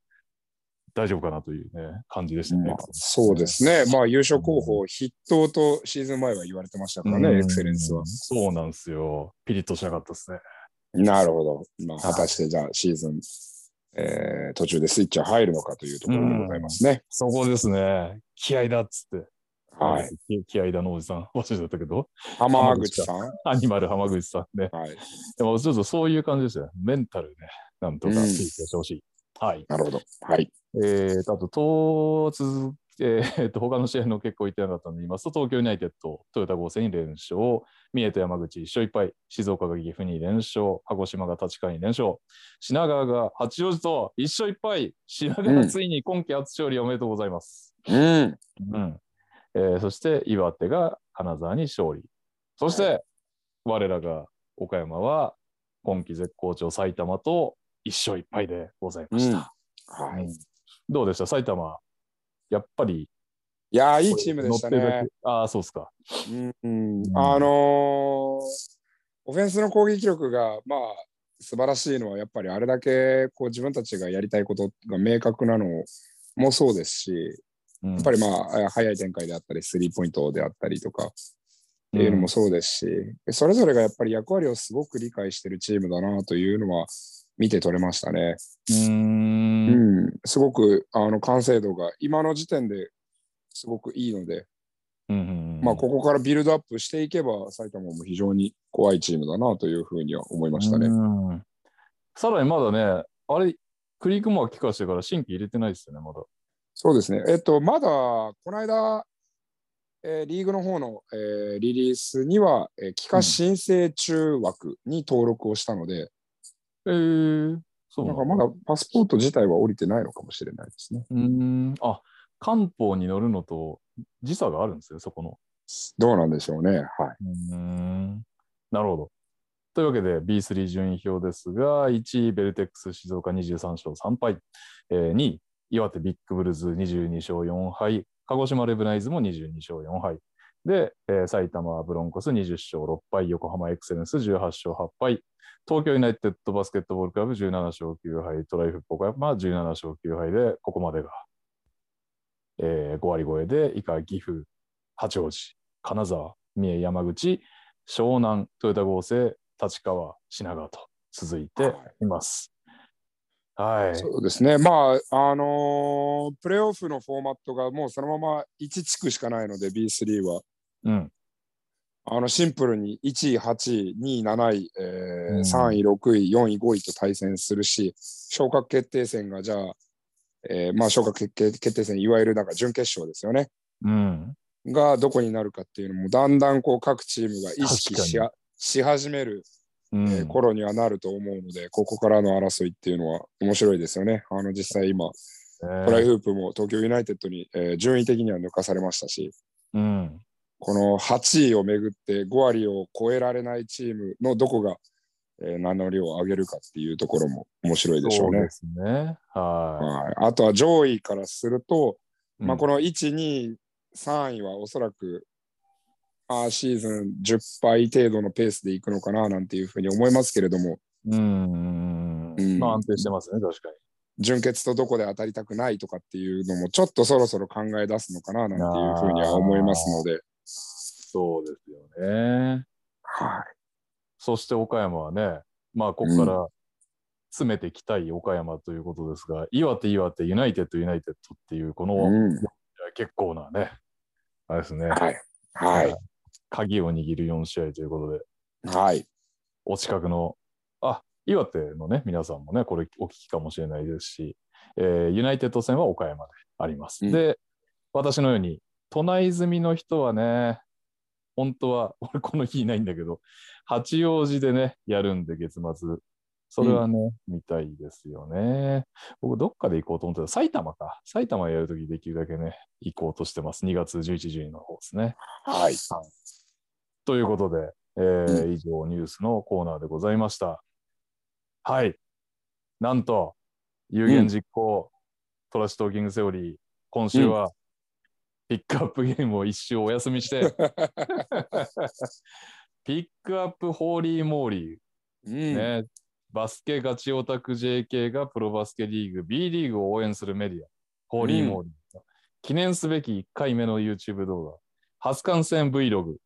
S1: 大丈夫かなというね、感じでしたね。
S2: まあ、そうですね。まあ、優勝候補筆頭とシーズン前は言われてましたから
S1: うん
S2: ね、エクセレンスは。
S1: そうなんですよ。ピリッとしなかったですね。
S2: なるほど。まあ、果たしてじゃあシーズン、えー途中でスイッチは入るのかというところでございますね。
S1: そこですね。気合だっつって。
S2: はい。
S1: 気気合だのおじさん、忘れちゃったけど、
S2: 浜口さん。は
S1: アニマル浜口さんね。
S2: い。
S1: でもちょっとそういう感じですね。メンタルね、なんとか
S2: うん
S1: ピリッとしてほしい。はい。
S2: なるほど。はい。
S1: えーと、あと、と続えーと他の試合の結果を言ってなかったので言いますと、東京ユナイテッド、トヨタ合戦に連勝、三重と山口1勝1敗、静岡が岐阜に連勝、鹿児島が立川に連勝、品川が八王子と1勝1敗、品川ついに今季初勝利おめでとうございます。
S2: うん。
S1: うんえーそして岩手が金沢に勝利、そして、我らが岡山は今季絶好調埼玉と1勝1敗でございま
S2: う
S1: し
S2: ん。
S1: た。
S2: はい。
S1: どうでした埼玉、やっぱり。
S2: いやー、いいチームでした
S1: 乗ってるだ
S2: ね
S1: け。。ああ、そうっすか。
S2: うん
S1: うん
S2: あのーオフェンスの攻撃力が、まあ、素晴らしいのは、やっぱりあれだけこう自分たちがやりたいことが明確なのもそうですし、
S1: や
S2: やっぱり、まあ、え早い展開であったり、スリーポイントであったりとかっていうのもそうですし、それぞれがやっぱり役割をすごく理解してるチームだなというのは見て取れましたね。
S1: うーん。
S2: う
S1: うん
S2: ん、すごくあの完成度が今の時点ですごくいいので、
S1: うんうん
S2: まあ、ここからビルドアップしていけば、埼玉も非常に怖いチームだなというふうには思いましたね。
S1: うんさらにまだね、あれ、クリークモア帰化してから新規入れてないですよね、まだ。
S2: そうですね。えっと、まだ、この間、えーリーグの方の、えーリリースには、えー、
S1: う
S2: 帰
S1: ん
S2: 化申請中枠に登録をしたので、
S1: えー、そう
S2: な
S1: なんん
S2: か
S1: だ
S2: まだパスポート自体は降りてないのかもしれないですね。
S1: うーん。あ、漢方に乗るのと時差があるんですよ、そこの。
S2: どうなんでしょうね。はい。
S1: うーんなるほど。というわけで B3 順位表ですが、1位ベルテックス静岡23勝3敗、えー2位岩手ビッグブルーズ22勝4敗、鹿児島レブナイズも22勝4敗、で、えー埼玉ブロンコス20勝6敗、横浜エクセレンス18勝8敗、東京ユナイテッドバスケットボールクラブ17勝9敗、トライフ岡山17勝9敗で、ここまでが、え5割超えで、以下岐阜、八王子、金沢、三重、山口、湘南、豊田合成、立川、品川と続いています。はい。
S2: そうですね。まあ、あのープレーオフのフォーマットがもうそのまま1地区しかないので、B3 は。
S1: うん。
S2: あのシンプルに1位、8位、2位、7位、え
S1: う
S2: ー
S1: ん
S2: 3位、6位、4位、5位と対戦するし、昇格決定戦がじゃあ、えーまあ、昇格決定決定戦、いわゆるなんか準決勝ですよね、
S1: うん。
S2: がどこになるかっていうのも、だんだんこう各チームが意識
S1: 確かに
S2: しあし始める
S1: うん
S2: えー頃にはなると思うので、ここからの争いっていうのは面白いですよね。あの実際今、トライフープも東京ユナイテッドに、えー順位的には抜かされましたし、
S1: うん
S2: この8位をめぐって5割を超えられないチームのどこが、えー名乗りを上げるかっていうところも面白いでしょ
S1: そうう
S2: ね
S1: で。すね。は
S2: はい、あとは上位からすると、
S1: い。
S2: まあ、こ
S1: の、
S2: の1、2、3位はおそらく、あーシーズン10敗程度のペースでいくのかななんていうふうに思いますけれども、
S1: うん。
S2: うん
S1: まあ安定してますね、確かに。
S2: 準決とどこで当たりたくないとかっていうのも、ちょっとそろそろ考え出すのかななんていうふうには思いますので、
S1: そうですよね。
S2: は
S1: そして岡山はね、まあここから詰めてきたい岡山ということですが、岩手、岩手、ユナイテッド、ユナイテッドっていう、この
S2: い。、うん
S1: 結構なね、あれですね、
S2: はい。はい。
S1: 鍵を握る4試合ということで、
S2: はい。
S1: お近くの、あ岩手のね、皆さんもね、これお聞きかもしれないですし、えーユナイテッド戦は岡山であります。
S2: うん
S1: で、私のように、都内済みの人はね、本当は、 俺この日いないんだけど、八王子でね、やるんで、月末。それはね、見たいですよね。僕、どっかで行こうと思ってた。埼玉か。埼玉でやるとき、できるだけね、行こうとしてます。2月11、12の方ですね。
S2: はい。
S1: ということで、えー
S2: う
S1: 以上ニュースのコーナーでございました。はい。なんと、有言実行、トラッシュトーキングセオリー、今週は、ピックアップゲームを一周お休みして、ピックアップホーリーモーリ
S2: うん
S1: ー、ね、バスケガチオタク JK がプロバスケリーグ、B リーグを応援するメディア、ホーリーモーリー、記念すべき1回目の YouTube 動画、初観戦 Vlog、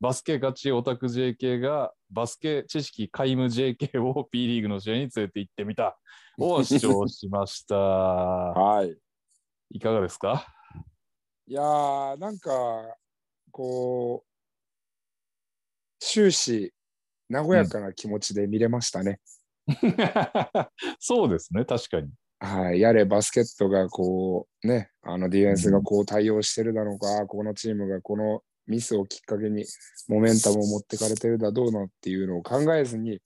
S1: バスケガチオタク JK がバスケ知識皆無 JK を B リーグの試合に連れて行ってみたを視聴しまし た。
S2: はい。
S1: いかがですか
S2: いやー、なんか、こう、終始、和やかな気持ちで見れましたね。
S1: そうですね、確かに。
S2: はい、やれバスケットがこうね、あのディフェンスがこう対応してるだろうか、このチームがこのミスをきっかけにモメンタムを持ってかれてるだどうなっていうのを考えずに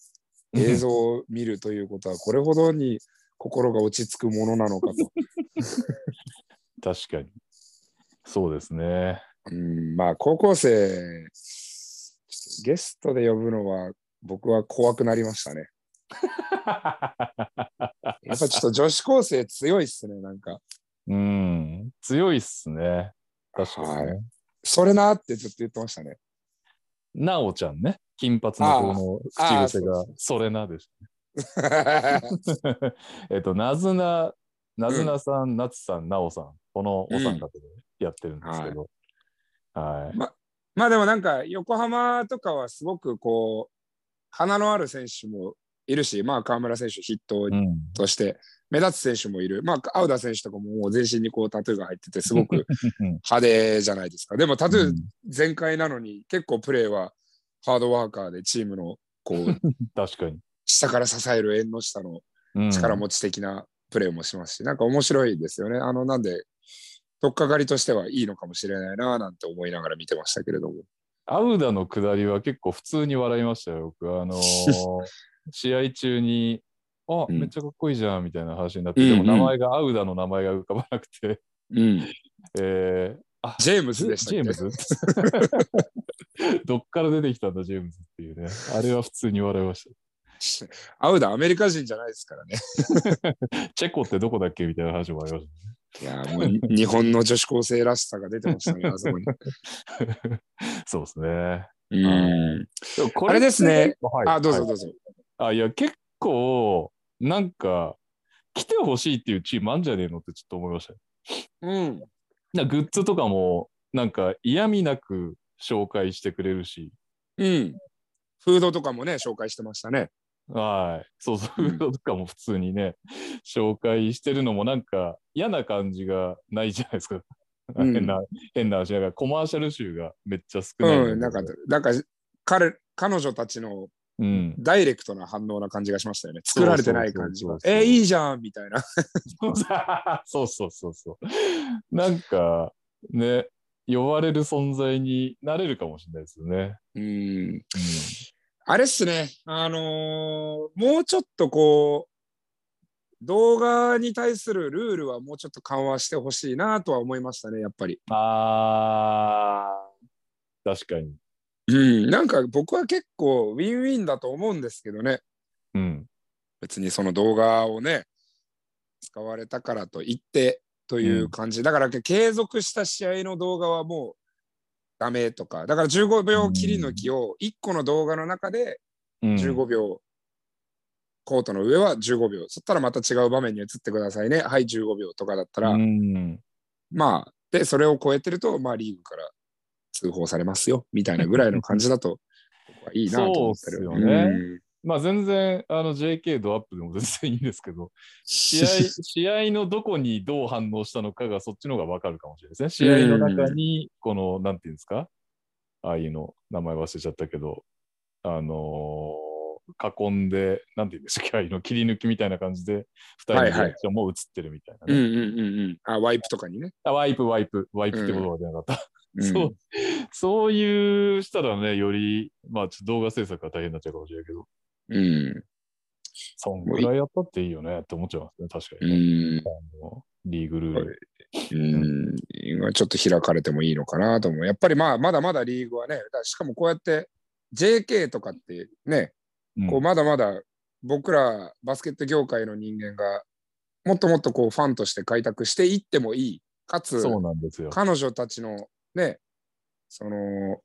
S2: 映像を見るということはこれほどに心が落ち着くものなのかと。
S1: 確かに。そうです ね。
S2: うん、まあ高校生、ゲストで呼ぶのは僕は怖くなりましたね。やっぱちょっと女子高生強いっすね、なんか。
S1: うん、強いっすね。確かにね、
S2: はいそれなーってずっと言ってました ね。
S1: なおちゃんね。金髪の子の口癖
S2: あーあ
S1: が
S2: ー、
S1: それなでし ょ。えっと、なずな、なずなさん、なつさん、なおさん、このお三方でやってるんですけど。はい。
S2: まあでもなんか横浜とかはすごくこう、花のある選手もいるし、まあ河村選手筆頭
S1: うん
S2: として目立つ選手もいる。まあアウダ選手とかももう全身にこうタトゥーが入っててす ごく派手じゃないですか。でもタトゥー全開なのに結構プレーはハードワーカーでチームの こう、
S1: 確かに。
S2: 下から支える縁の下の
S1: うん
S2: 力持ち的なプレーもしますし、なんか面白いですよね。あの、なんで、取っかかりとしてはいいのかもしれないななんて思いながら見てましたけれども。
S1: アウダの下りは結構普通に笑いましたよ、僕。あ のー試合中に、あ、
S2: うん
S1: めっちゃかっこいいじゃん、みたいな話になって、
S2: うんうん
S1: でも名前が、アウダの名前が浮かばなくて、
S2: うん。
S1: えー、あ、
S2: ジェームズでしたっ
S1: ジェ
S2: け
S1: ームズ どっから出てきたんだ、ジェームズっていうね。あれは普通に笑いまし
S2: アウダアメリカ人じゃないですからね。
S1: た。チェコってどこだっけみたいな話もありまし
S2: いや、もう日本の女子高生らしさが出てました ね、あそこに。
S1: た。そうですね。
S2: うん。
S1: でもこ
S2: あれですね。
S1: はい
S2: あ、どうぞ
S1: はい
S2: どうぞ。
S1: あ、いや、結構、なんか、来てほしいっていうチームあんじゃねえのってちょっと思いましたね。
S2: うん。
S1: なんかグッズとかも、なんか嫌味なく紹介してくれるし、
S2: うん。フードとかもね、紹介してましたね。
S1: はい。そうそう、フ
S2: うん
S1: ードとかも普通にね、紹介してるのもなんか嫌な感じがないじゃないですか。
S2: うん
S1: 変な、変な話だから、コマーシャル集がめっちゃ少ないだけど。
S2: うん、なんか、なんか、彼、彼女たちの
S1: うん。
S2: ダイレクトな反応な感じがしましたよね。作られてない感じ
S1: そ
S2: が
S1: う。そうそうそう
S2: えー、いいじゃんみた いな。
S1: そうそうそうそう。なんか、ね、呼ばれる存在になれるかもしれないですよね。
S2: うん。あれっすね、あのーもうちょっとこう、動画に対するルールはもうちょっと緩和してほしいなとは思いましたね、やっぱり。
S1: あー、確かに。
S2: うん、なんか僕は結構ウィンウィンだと思うんですけどね、
S1: うん。
S2: 別にその動画をね、使われたからといってという感じ、だから継続した試合の動画はもうダメとか、だから15秒切り抜きを1個の動画の中で
S1: うん、
S2: 15秒、コートの上は15秒そったらまた違う場面に移ってくださいねはい15秒とかだったら、
S1: うん。
S2: まあでそれを超えてるとまあリーグから通報されますよみたいなぐらいの感じだと僕はいいなと思って る
S1: そうっすよねまあ全然、あの JK ドアップでも全然いいんですけど、試合、 試合のどこにどう反応したのかがそっちの方がわかるかもしれないですね。試合の中に、この、なんていうんですかああいうの、名前忘れちゃったけど、あのー囲んで、なんていうんですかああいうの切り抜きみたいな感じで、二人の
S2: は
S1: リ
S2: いはい
S1: アクションも映ってるみたいな
S2: う
S1: ね、
S2: んうんうんうんあワイプとかにね、
S1: あ。ワイプ、ワイプ、ワイプって言葉が出なかった。
S2: ん
S1: そう、そういうしたらね、より、まあ、ちょっと動画制作が大変になっちゃうかもしれないけど、
S2: うん
S1: そんぐらいやったっていいよねって思っちゃいますね、確か
S2: う
S1: に、ね
S2: ん
S1: あのリーグルール。
S2: うん、今ちょっと開かれてもいいのかなと思う。やっぱりまあ、まだまだリーグはね、だからしかもこうやって JK とかってね、
S1: うん
S2: こうまだまだ僕らバスケット業界の人間がもっともっとこうファンとして開拓していってもいいかつ
S1: そうなんですよ。
S2: 彼女たちのねその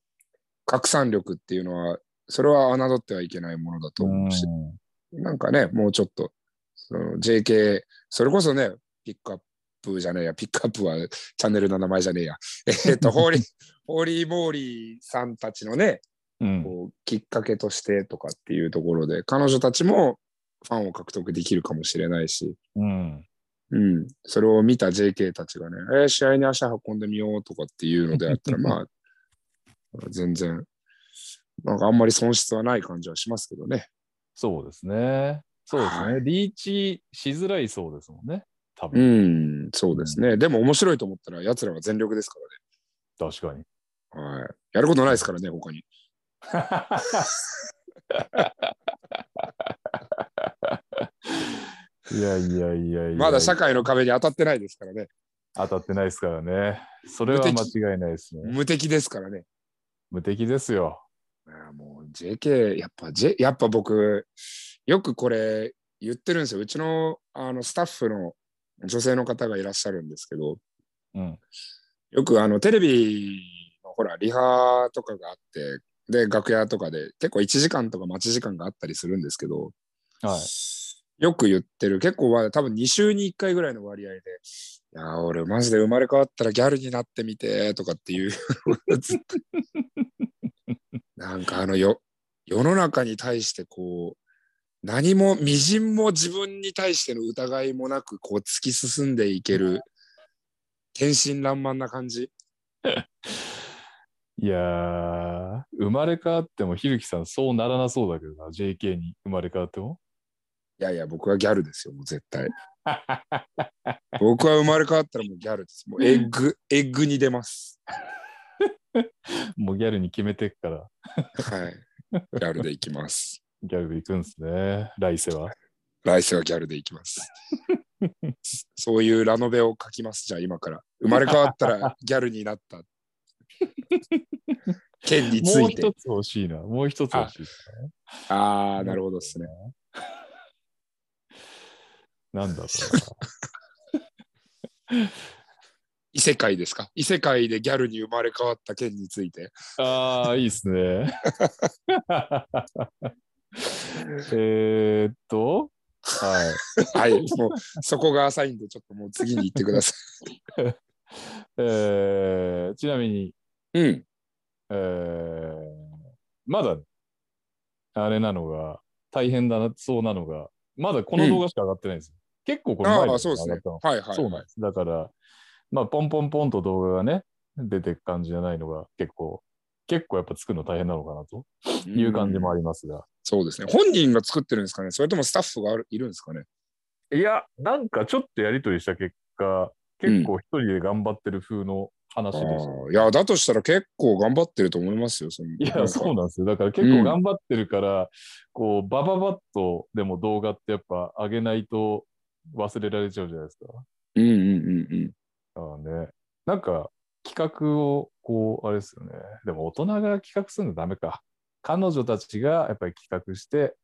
S2: 拡散力っていうのはそれは侮ってはいけないものだと思うし、
S1: うん
S2: なんかねもうちょっとその JK それこそねピックアップじゃねえやピックアップはチャンネルの名前じゃねえや えっとホーリーホーリーモーリーさんたちのね
S1: うん、
S2: こうきっかけとしてとかっていうところで彼女たちもファンを獲得できるかもしれないし、
S1: うん、
S2: うん、それを見た JK たちがね、えー試合に足運んでみようとかっていうのであったらまあ全然なんかあんまり損失はない感じはしますけどね。
S1: そうですね。そうですね、
S2: は
S1: リーチしづらいそうですもんね、多
S2: う
S1: 分、
S2: んそうですね、でも面白いと思ったらやつらは全力ですか
S1: 確かに。
S2: らね。はい、やることないですからね他に。
S1: いやいやいやいや。
S2: まだ社会の壁に当たってないですからね。
S1: 当たってないですからね。それは間違いないですね。
S2: 無敵ですからね。
S1: 無敵ですよ。
S2: あーもう JK、やっぱ、J、やっぱ僕、よくこれ言ってるんですよ。うちのあのスタッフの女性の方がいらっしゃるんですけど、
S1: うん。
S2: よくあのテレビのほら、リハとかがあって、で、楽屋とかで結構1時間とか待ち時間があったりするんですけど、
S1: はい。
S2: よく言ってる、結構は多分2週に1回ぐらいの割合で、いやー、俺マジで生まれ変わったらギャルになってみてとかっていうずっとなんかあのよ、世の中に対してこう、何も、微塵も自分に対しての疑いもなく、こう突き進んでいける、天真爛漫な感じ。
S1: いやー、生まれ変わっても、ひるきさん、そうならなそうだけどな、JK に生まれ変わっても。
S2: いやいや、僕はギャルですよ、もう絶対。僕は生まれ変わったらもうギャルです。もうエッグ、エッグに出ます。
S1: もうギャルに決めてっから、
S2: はい。ギャルでいきます。
S1: ギャルで行くんですね、来世は。
S2: 来世はギャルでいきます。そういうラノベを書きます、じゃあ今から。生まれ変わったらギャルに なった。剣につ
S1: もう
S2: いて
S1: 一。つ欲しいな、もう一つ欲しい。
S2: ああ、なるほどですね。
S1: なんだろ
S2: 異世界ですか異世界でギャルに生まれ変わった剣について。
S1: うな。あー、いいっすね。えーっと、はい。
S2: はい、もうそこが浅いんで、ちょっともう次に行ってくださ
S1: えーちなみに、
S2: い。うん。
S1: えーまだ、あれなのが、大変だな、そうなのが、まだこの動画しか上がってないんですよ。結構これ前だよ
S2: ああ、そうですね
S1: 上がったの。
S2: はいはい、
S1: そうなんです。だから、まあ、ポンポンポンと動画がね、出てく感じじゃないのが、結構、結構やっぱ作るの大変なのかなと
S2: うん
S1: いう感じもありますが。
S2: そうですね。本人が作ってるんですかねそれともスタッフがあるいるんですかね
S1: いや、なんかちょっとやりとりした結果、結構一人で頑張ってる風の話です。
S2: あーいや、だとしたら結構頑張ってると思いますよ。その
S1: い
S2: なん
S1: や、
S2: か
S1: そうなんですよ。だから結構頑張ってるから、こう、バババッとでも動画ってやっぱ上げないと忘れられちゃうじゃないですか。
S2: うんうんうんうん。
S1: だからね。なんか、企画を、こう、あれですよね。でも大人が企画するのダメか。彼女たちがやっぱり企画して、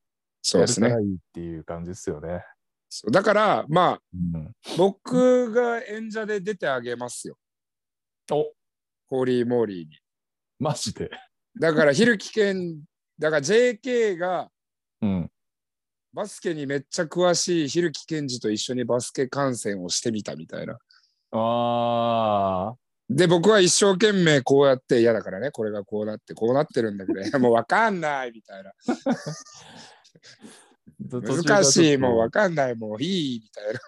S2: そう
S1: や
S2: で
S1: る
S2: す
S1: か
S2: ね
S1: ら。いいっていう感じですよね。
S2: そうだから、まあ、
S1: うん、
S2: 僕が演者で出てあげますよ。
S1: お
S2: ホーリーモーリーに。
S1: マジで。
S2: だから、ひるきけん、だから JK が
S1: うん。
S2: バスケにめっちゃ詳しいひるきけんじと一緒にバスケ観戦をしてみたみたいな。
S1: ああ、
S2: で、僕は一生懸命こうやって、いやだからね、これがこうなって、こうなってるんだけどい や、もうわかんないみたいな。難しい、もうわ
S1: わ
S2: かんない、もういいみたいな。
S1: ち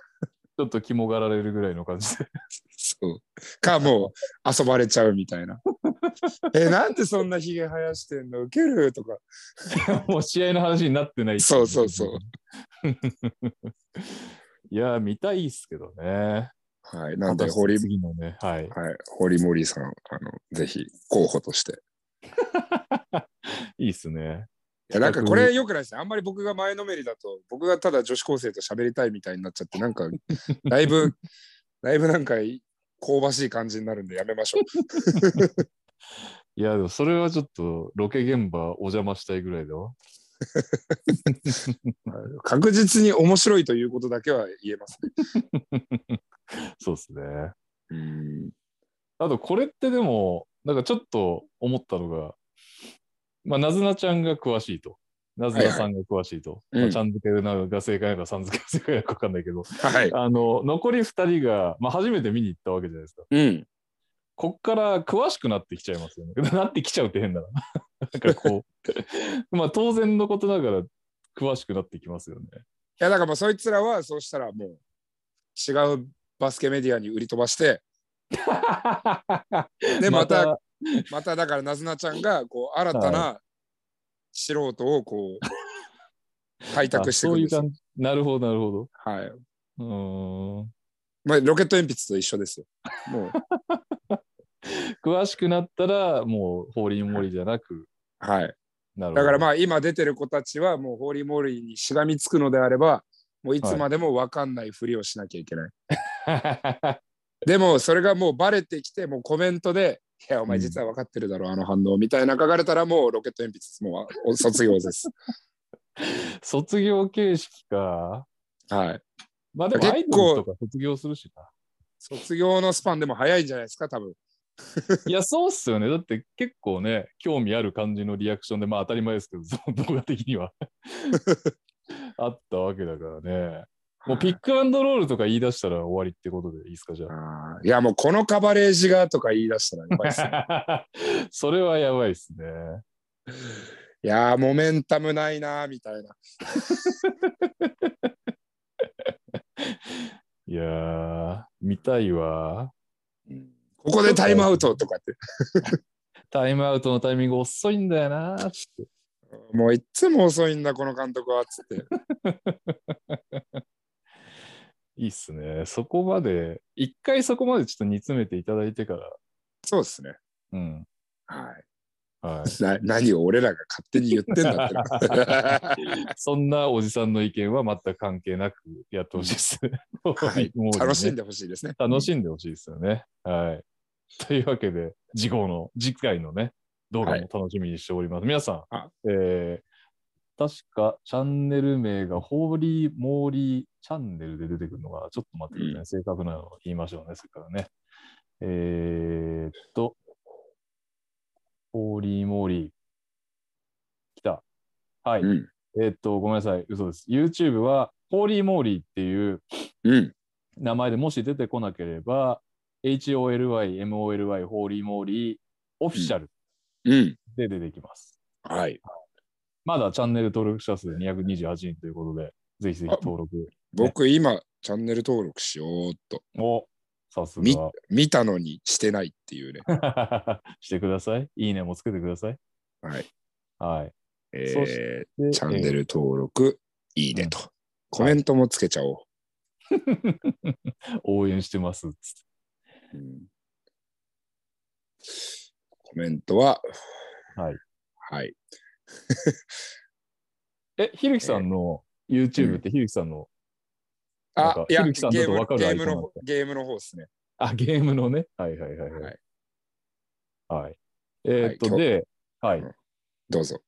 S1: ょっと肝がられるぐらいの感じで。
S2: そう。か、もう遊ばれちゃうみたいな。え、なんでそんなひげ生やしてんのウケるとか。
S1: もう試合の話になってない。
S2: そうそうそう。
S1: いやー、見たいっすけどね。
S2: はい。なんで、
S1: また
S2: ホリ、
S1: 次のね。はい。
S2: はい、ホリモリさん、あの、ぜひ候補として。
S1: いいっすね。
S2: いや、なんかこれ良くないですね。あんまり僕が前のめりだと、僕がただ女子高生と喋りたいみたいになっちゃって、なんか、だいぶ、 だいぶなんか、香ばしい感じになるんでやめましょう。
S1: いや、でもそれはちょっとロケ現場お邪魔したいぐらいだわ。
S2: 確実に面白いということだけは言えますね。
S1: そうっすね。
S2: うん。
S1: あと、これってでも、なんかちょっと思ったのが、まあ、なずなちゃんが詳しいと。なずなさんが詳しいと。
S2: うん
S1: まあちゃんづけなのか正解なのかさんづけが正解なのか分かんないけど、
S2: はい。
S1: あの、残り2人が、まあ、初めて見に行ったわけじゃないですか。
S2: うん。
S1: こっから詳しくなってきちゃいますよね。 なってきちゃうって変だな。 なんかこう、 まあ当然のことながら詳しくなってきますよね。
S2: いやだからもうそいつらはそうしたらもう違うバスケメディアに売り飛ばして でまたまただからなずなちゃんがこう新たな素人をこう 開拓してい
S1: あそ
S2: く
S1: うんい
S2: で
S1: う
S2: すよ
S1: 感じ。なるほど、なるほ
S2: はい
S1: ど。うーん。
S2: まあ、ロケット鉛筆と一緒ですよも う
S1: 詳しくなったら、もう、ホーリーモリじゃなく、
S2: はい
S1: なるほど。
S2: だから
S1: あ、
S2: まあ今出てる子たちはもうホーリーモーリーにしがみつくのであればもういつまでも分かんないふりをしなきゃいけない、でもそれがもうバレてきてもうコメントで「いやお前実は分かってるだろう、あの反応」みたいな書かれたらもうロケット鉛筆ですもうお卒業です。
S1: 卒業形式か。
S2: はい。
S1: まあでも、アイ
S2: 結構
S1: ドルとか卒業するしな。
S2: 卒業のスパンでも早いんじゃないですか多分。
S1: いや、そうっすよね。だって結構ね、興味ある感じのリアクションで、まあ当たり前ですけど、その動画的にはあったわけだからね。もうピックアンドロールとか言い出したら終わりってことでいいですか、じゃ
S2: あーいやもうこのカバレージがとか言い出したらやばいっす ね
S1: あ。それはやばいっすね。
S2: いやーモメンタムないなーみたいな。
S1: いやー、見たいわ。
S2: ここでタイムアウトとかって。
S1: タイムアウトのタイミング遅いんだよな。つって
S2: もういっつも遅いんだこの監督はっつって。
S1: いいっすね。そこまで、一回そこまでちょっと煮詰めていただいてから。
S2: そうですね。
S1: うん。
S2: は
S1: はい。
S2: い、な何を俺らが勝手に言ってんだって な。
S1: そんなおじさんの意見は全く関係なくやってほしいです。
S2: はい
S1: もうね
S2: 楽しんでほしいですね。
S1: 楽しんでほしいですよね。はい。というわけで、次号の、次回のね、動画も楽しみにしております。皆さ
S2: あ
S1: ん、えー確かチャンネル名がホーリー・モーリーチャンネルで出てくるのが、ちょっと待ってくださいね。
S2: う
S1: 正
S2: ん
S1: 確なのを言いましょうね、それからね。えーっと、ホーリー・モーリー。来た。はい。
S2: うん
S1: えーっと、ごめんなさい、嘘です。YouTube は、ホーリー・モーリーっていう、
S2: うん。
S1: 名前でもし出てこなければ、HOLY、MOLY、ホーリーモーリー、オフィシャル
S2: うん。
S1: で出てきます。
S2: はい。
S1: まだチャンネル登録者数228人ということで、ぜひぜひ登録。
S2: 僕今、チャンネル登録しようっと。
S1: をさす
S2: み
S1: が
S2: 見たのにしてないっていうね。
S1: してください。いいねもつけてください。
S2: はい。
S1: はい。そし
S2: え
S1: で
S2: ー、チャンネ
S1: え
S2: ル登録、いいねと。コメントもつけちゃお
S1: ー応援してますっつって
S2: う。うんコメントは、
S1: はい。
S2: はい。
S1: え、ひるきさんの YouTube ってひるきさんの、なん
S2: あ
S1: か、
S2: いや、
S1: ひ
S2: ゲ
S1: るきさんだ
S2: ー
S1: とわ
S2: ム
S1: かる
S2: ゲ
S1: ア
S2: ー
S1: イコ
S2: ム
S1: ンだった
S2: の方、ゲームの方ですね。
S1: あ、ゲームのね。はいはいはいは
S2: はいい。
S1: はい。えーっと、
S2: はい
S1: で、はい。
S2: どうぞ。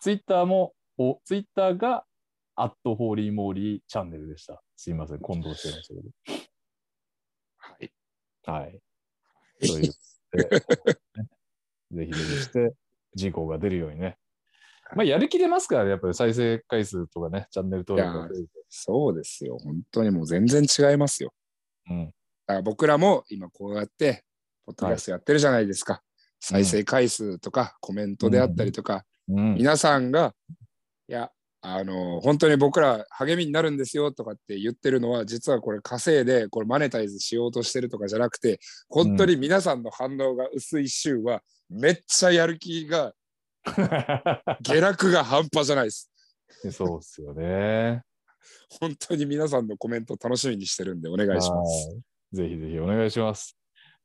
S1: ツイッターも、おツイッターが、アットホーリーモーリーチャンネルでした。すいません、混同してましたけ
S2: はい。
S1: ど。はい。ということで、ねぜひぜひして、事項が出るようにね。まあ、やる気出ますからね、やっぱり再生回数とかね、チャンネル登録が増える
S2: そうですよ。本当にもう全然違いますよ。
S1: とうん。
S2: だから僕らも今こうやって、ポッドキャストやってるじゃないですか。再生回数とか、コメントであったりとか、
S1: うん。
S2: 皆さんが、いや、あの、本当に僕ら励みになるんですよとかって言ってるのは、実はこれ稼いで、これマネタイズしようとしてるとかじゃなくて、本当に皆さんの反応が薄い週は、めっちゃやる気が、下落が半端じゃないです。
S1: そうっすよね。
S2: 本当に皆さんのコメント楽しみにしてるんで、お願いします。
S1: はい。ぜひぜひお願いします。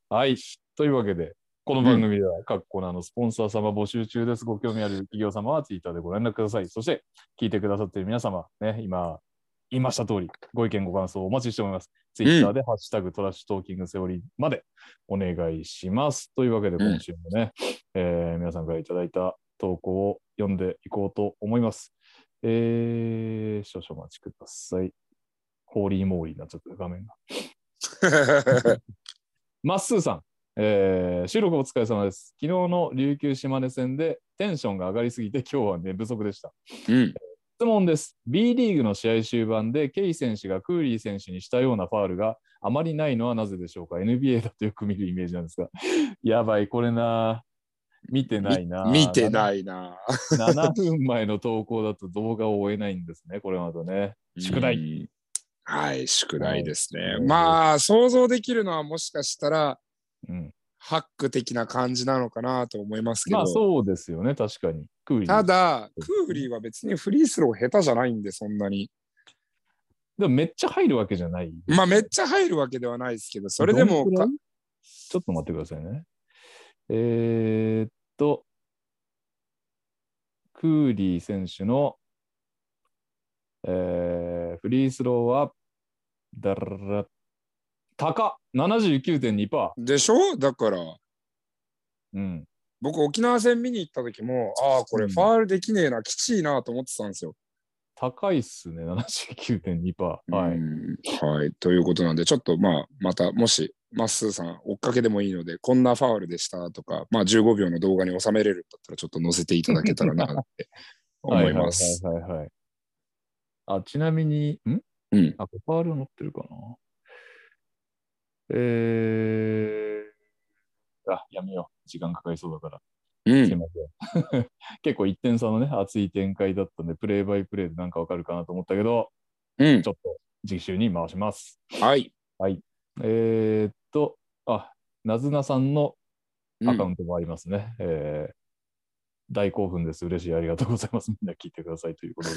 S1: はい。というわけで、この番組では各コーナーのスポンサー様募集中です。ご興味ある企業様はツイッターでご連絡ください。そして、聞いてくださっている皆様、ね、今、言いました通り、ご意見、ご感想をお待ちしております。ツイッターで、ハッシュタグトラッシュトーキングセオリーまでお願いします。というわけで、
S2: うん
S1: 今週もね、えー皆さんからいただいた投稿を読んでいこうと思います。えー、少々お待ちください。ホーリーモーリーになっちゃった画面が。まっすーさん、えー収録お疲れ様です。昨日の琉球島根戦でテンションが上がりすぎて今日は寝不足でした。
S2: うん、
S1: 質問です。B リーグの試合終盤でケイ選手がクーリー選手にしたようなファールがあまりないのはなぜでしょうか ?NBA だとよく見るイメージなんですが。 やばい、これな。見てないな。
S2: 見てないな。
S1: 7分前の投稿だと動画を追えないんですね、これまたね。宿題
S2: うんはい、宿題ですね。
S1: はい
S2: まあ、想像できるのはもしかしたら、
S1: うん、
S2: ハック的な感じなのかなと思いますけど、
S1: まあそうですよね、確かに。クーリー。
S2: ただ、クーリーは別にフリースロー下手じゃないんで、そんなに。
S1: でもめっちゃ入るわけじゃない。
S2: まあ、めっちゃ入るわけではないですけど、それでも
S1: どんくら
S2: か
S1: い、ちょっと待ってくださいね。えーっと、クーリー選手の、えーフリースローは、だららら高っ79.2%。
S2: でしょだから、
S1: うん。
S2: 僕、沖縄戦見に行った時も、ああ、これ
S1: うん
S2: ファールできねえな、きちいなと思ってたんですよ。
S1: 高いっすね、79.2%。は
S2: う
S1: い。
S2: んはい。ということなんで、ちょっとまあ、また、もし、まっすーさん、追っかけでもいいので、こんなファウルでしたとか、まあ、15秒の動画に収めれるんだったら、ちょっと載せていただけたらな って思います。
S1: はいはいはいはいはい。あ、ちなみに、ん
S2: うん。
S1: あ、これファール乗ってるかなえー、あ、やめよう。時間かかりそうだから。
S2: う
S1: すい
S2: ん。
S1: ません。 結構1点差のね、熱い展開だったんで、プレイバイプレイでなんかわかるかなと思ったけど、
S2: うん
S1: ち。ょっと次週に回します。
S2: はい。
S1: えー、っと、あ、なずなさんの
S2: うん
S1: アカウントもありますね。えー大興奮です。嬉しい。ありがとうございます。みんな聞いてくださいということ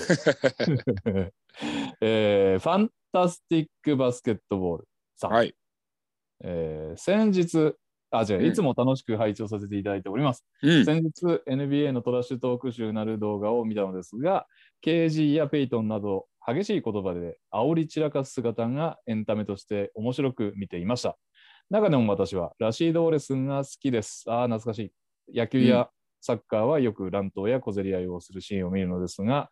S1: で。 えーファンタスティックバスケットボールさん、
S2: はい。
S1: えー先日、あ、違う、
S2: うん
S1: いつも楽しく拝聴させていただいております。
S2: うん。
S1: 先日、NBA のトラッシュトーク集なる動画を見たのですが、KG やペイトンなど、激しい言葉で煽り散らかす姿がエンタメとして面白く見ていました。中でも私はラシード・オレスンが好きです。ああ、懐かしい。野球やサッカーはよく乱闘や小競り合いをするシーンを見るのですが、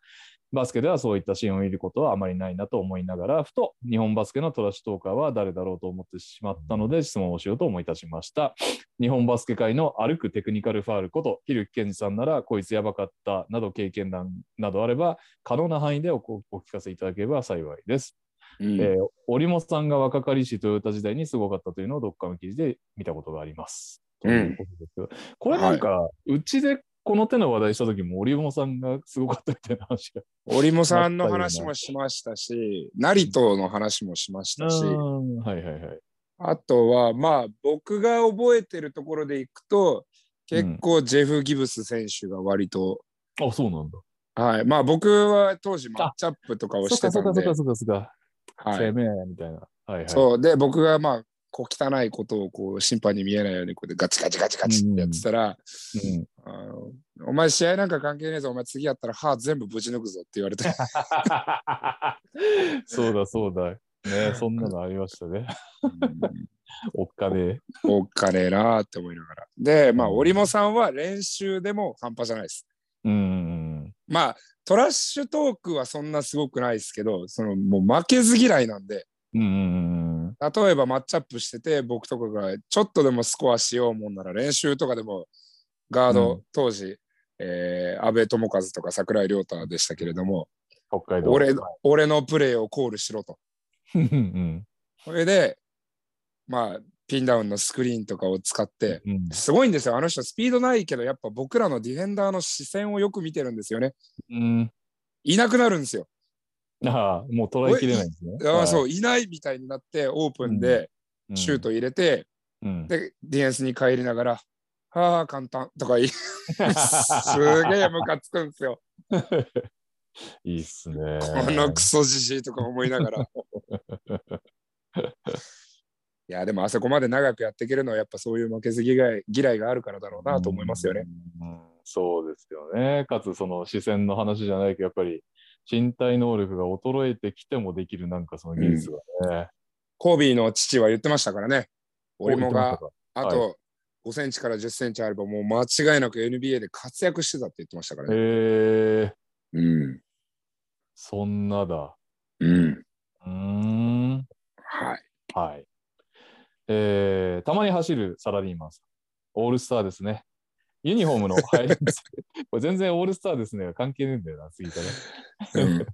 S1: バスケではそういったシーンを見ることはあまりないなと思いながら、ふと日本バスケのトラッシュトーカーは誰だろうと思ってしまったので質問をしようと思い出しました。日本バスケ界の歩くテクニカルファールこと、ひるきけんじさんならこいつやばかったなど経験談などあれば、可能な範囲でおお聞かせいただければ幸いです。
S2: うん
S1: えー、織本さんが若かりしトヨタ時代にすごかったというのをどっかの記事で見たことがあります。と
S2: うん
S1: いうことですがこれなんか、うちでこの手の話題した時も織本さんがすごかったみたいな話が。
S2: 織茂さんの話もしましたし、成東の話もしましたし、
S1: うんはいはいはい。
S2: あとは、まあ、僕が覚えてるところでいくと、結構ジェフ・ギブス選手が割と、
S1: あ、そうなんだ。
S2: はい。まあ、僕は当時マッチアップとかをし
S1: そってか
S2: た
S1: そっか
S2: ん
S1: そ
S2: で
S1: っか、そっかそっか。
S2: は
S1: 生
S2: い。
S1: 命みたいな。はいはい。
S2: そう。で、僕がまあ、こう汚いことをこう審判に見えないようにこうでガチガチガチガチってやってたら、
S1: うん、
S2: あのお前試合なんか関係ねえぞ、お前次やったら歯全部ぶち抜くぞって言 われて、
S1: そうだそうだ。ね、そんなのありましたね。 おっかね
S2: おっかねえなーって思いながら。で、まあ、
S1: うん
S2: 織茂さんは練習でも半端じゃないです。
S1: え。うん。
S2: まあ、トラッシュトークはそんなすごくないですけど、そのもう負けず嫌いなんで、
S1: うんうんうん。
S2: 例えばマッチアップしてて、僕とかがちょっとでもスコアしようもんなら、練習とかでもガード、
S1: う
S2: 当時、えー、安倍智和とか桜井亮太でしたけれども、
S1: 北海道。
S2: 俺俺のプレーをコールしろと。
S1: うんうん
S2: それで、まあ、ピンダウンのスクリーンとかを使って、
S1: うん。
S2: すごいんですよ、あの人、スピードないけど、やっぱ僕らのディフェンダーの視線をよく見てるんですよね。
S1: うん。
S2: いなくなるんですよ。
S1: ああ、もう捉えきれないんですね。。
S2: ああそうういないみたいになって、オープンでシュート入れて、
S1: うん。
S2: で、ディフェンスに帰りながら、ああ、簡単とか言い、すげえムカつくんですよ。
S1: いいっすね。
S2: このクソじじいとか思いな がら。いや、でもあそこまで長くやっていけるのは、やっぱそういう負けず嫌い嫌いがあるからだろうなと思いますよね。
S1: うん。うんそうですよね。かつ、その視線の話じゃないけど、やっぱり身体能力が衰えてきてもできる、なんかその技術がね。
S2: コービーの父は言ってましたからね。俺もが
S1: こう
S2: あと5センチから10センチあればもう間違いなく NBA で活躍してたって言ってましたから
S1: 言ってましたか。
S2: ね。
S1: へえ、
S2: うん。
S1: そんなだ。
S2: うん。
S1: うーん。
S2: はい。
S1: はい。えー、たまに走るサラリーマンさん。オールスターですね。ユニフォーム の入りこれ全然オールスターですね。関係ねえんだよな、次から。
S2: うん、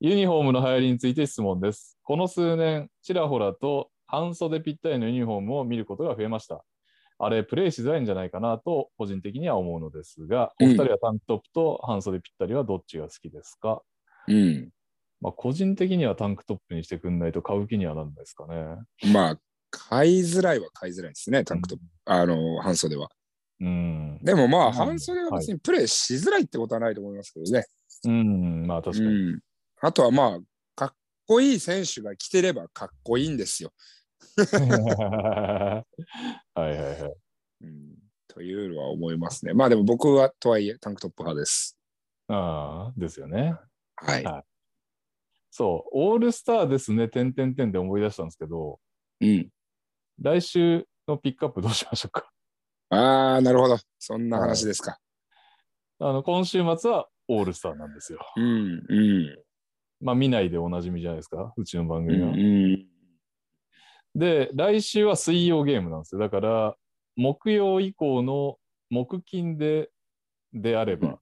S1: ユニフォームの流行りについて質問です。この数年、ちらほらと半袖ぴったりのユニフォームを見ることが増えました。あれ、プレイしづらいんじゃないかなと、個人的には思うのですが、お
S2: うん
S1: 二人はタンクトップと半袖ぴったりはどっちが好きですか、
S2: うん。
S1: まあ、個人的にはタンクトップにしてくんないと買う気にはなんないですかね。
S2: まあ、買いづらいは買いづらいですね、タンクトップ。あの、半袖は。
S1: うん。
S2: でもま
S1: う
S2: あ、
S1: ん
S2: 半袖は別にプレイしづらいってことはないと思いますけどね。
S1: うん、まあ確か
S2: う
S1: に。
S2: ん。あとはまあ、かっこいい選手が着てればかっこいいんですよ。
S1: はいはいはい。
S2: うん、というのは思いますね。まあでも僕はとはいえタンクトップ派です。
S1: ああ、ですよね。
S2: はい。
S1: はそう、オールスターですね、てんてんてんで思い出したんですけど、
S2: うん。
S1: 来週のピックアップどうしましょうか。
S2: ああ、なるほど。そんな話ですか。
S1: あの今週末はオールスターなんですよ。
S2: うん、うん。
S1: まあ見ないでおなじみじゃないですか、うちの番組は。
S2: うん
S1: で、来週は水曜ゲームなんですよ。だから、木曜以降の木金でであれば、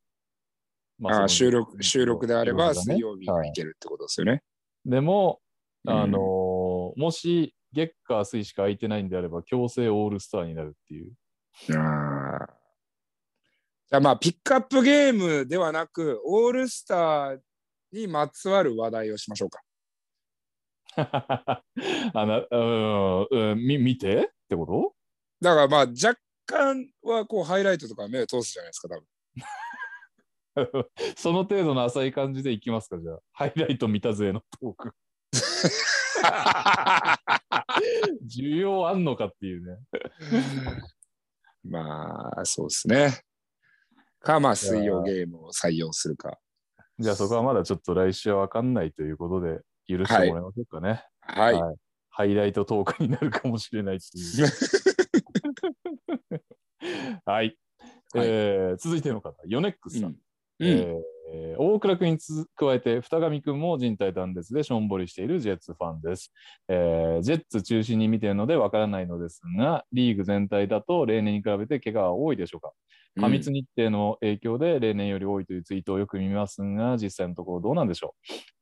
S1: ま
S2: あ
S1: そ
S2: あ
S1: の
S2: 収録収録であれば
S1: 収録が
S2: 水
S1: ね
S2: 曜日がいけるってことですよね。
S1: でも、
S2: うん
S1: あのーもし月火水しか空いてないんであれば、強制オールスターになるっていう。
S2: ああじゃあまあピックアップゲームではなくオールスターにまつわる話題をしましょうか。
S1: あのうん、うんみ見てってこと
S2: だからまあ若干はこうハイライトとか目を通すじゃないですか多分。
S1: その程度の浅い感じでいきますか、じゃあ。ハイライト見たぜのトーク。 需要あんのかっていうね。
S2: まあそうですね。かまあ水曜ゲームを採用するか。
S1: じゃあそこはまだちょっと来週は分かんないということで、許してもらいましょうかね。
S2: はい。
S1: はいハイライトトークになるかもしれないって いう。はい、えー続いての方、ヨネックスさん。
S2: うん
S1: えー大倉君につ加えて二上君も人体断裂でしょんぼりしているジェッツファンです、えージェッツ中心に見ているのでわからないのですがリーグ全体だと例年に比べて怪我は多いでしょうか過密日程の影響で例年より多いというツイートをよく見ますが実際のところどうなんでしょ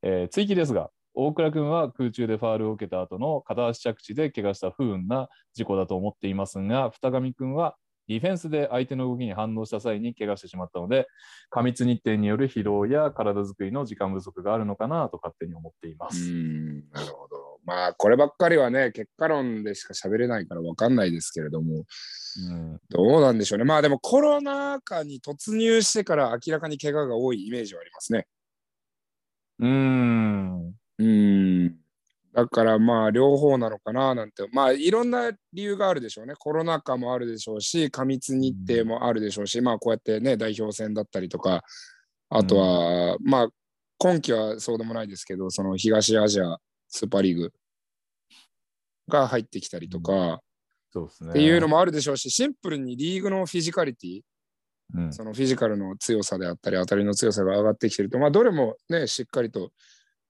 S1: う、えー追記ですが大倉君は空中でファールを受けた後の片足着地で怪我した不運な事故だと思っていますが二上君はディフェンスで相手の動きに反応した際に怪我してしまったので過密日程による疲労や体づくりの時間不足があるのかなと勝手に思っていま
S2: う
S1: す。
S2: んなるほど。まあこればっかりはね結果論でしか喋れないから分かんないですけれども
S1: うん
S2: どうなんでしょうね。まあでもコロナ禍に突入してから明らかに怪我が多いイメージはありますね。
S1: うーん
S2: うん。だからまあ両方なのかななんてまあいろんな理由があるでしょうねコロナ禍もあるでしょうし過密日程もあるでしょうし、まあこうやってね代表戦だったりとかあとは、まあ今季はそうでもないですけどその東アジアスーパーリーグが入ってきたりとか
S1: そうですね。
S2: っていうのもあるでしょうしシンプルにリーグのフィジカリティ
S1: うん、
S2: そのフィジカルの強さであったり、当たりの強さが上がってきてると、まあ、どれもね、しっかりと、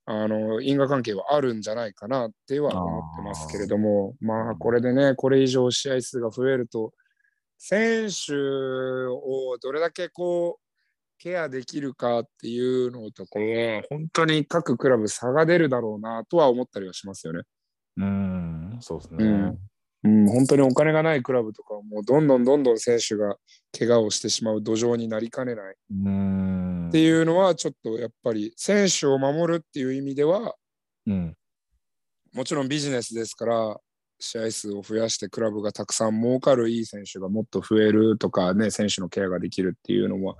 S2: あの、因果関係はあるんじゃないかなっては思ってますけれども、まあ、これでね、これ以上試合数が増えると、選手をどれだけこう、ケアできるかっていうのとかは、本当に各クラブ差が出るだろうなとは思ったりはしますよね。
S1: うん、そうですね。
S2: うんうん、本当にお金がないクラブとかは、もうどんどんどんどん選手が怪我をしてしまう土壌になりかねない。
S1: うん。
S2: っていうのはちょっとやっぱり選手を守るっていう意味では
S1: うん。
S2: もちろんビジネスですから試合数を増やしてクラブがたくさん儲かるいい選手がもっと増えるとかね選手のケアができるっていうのは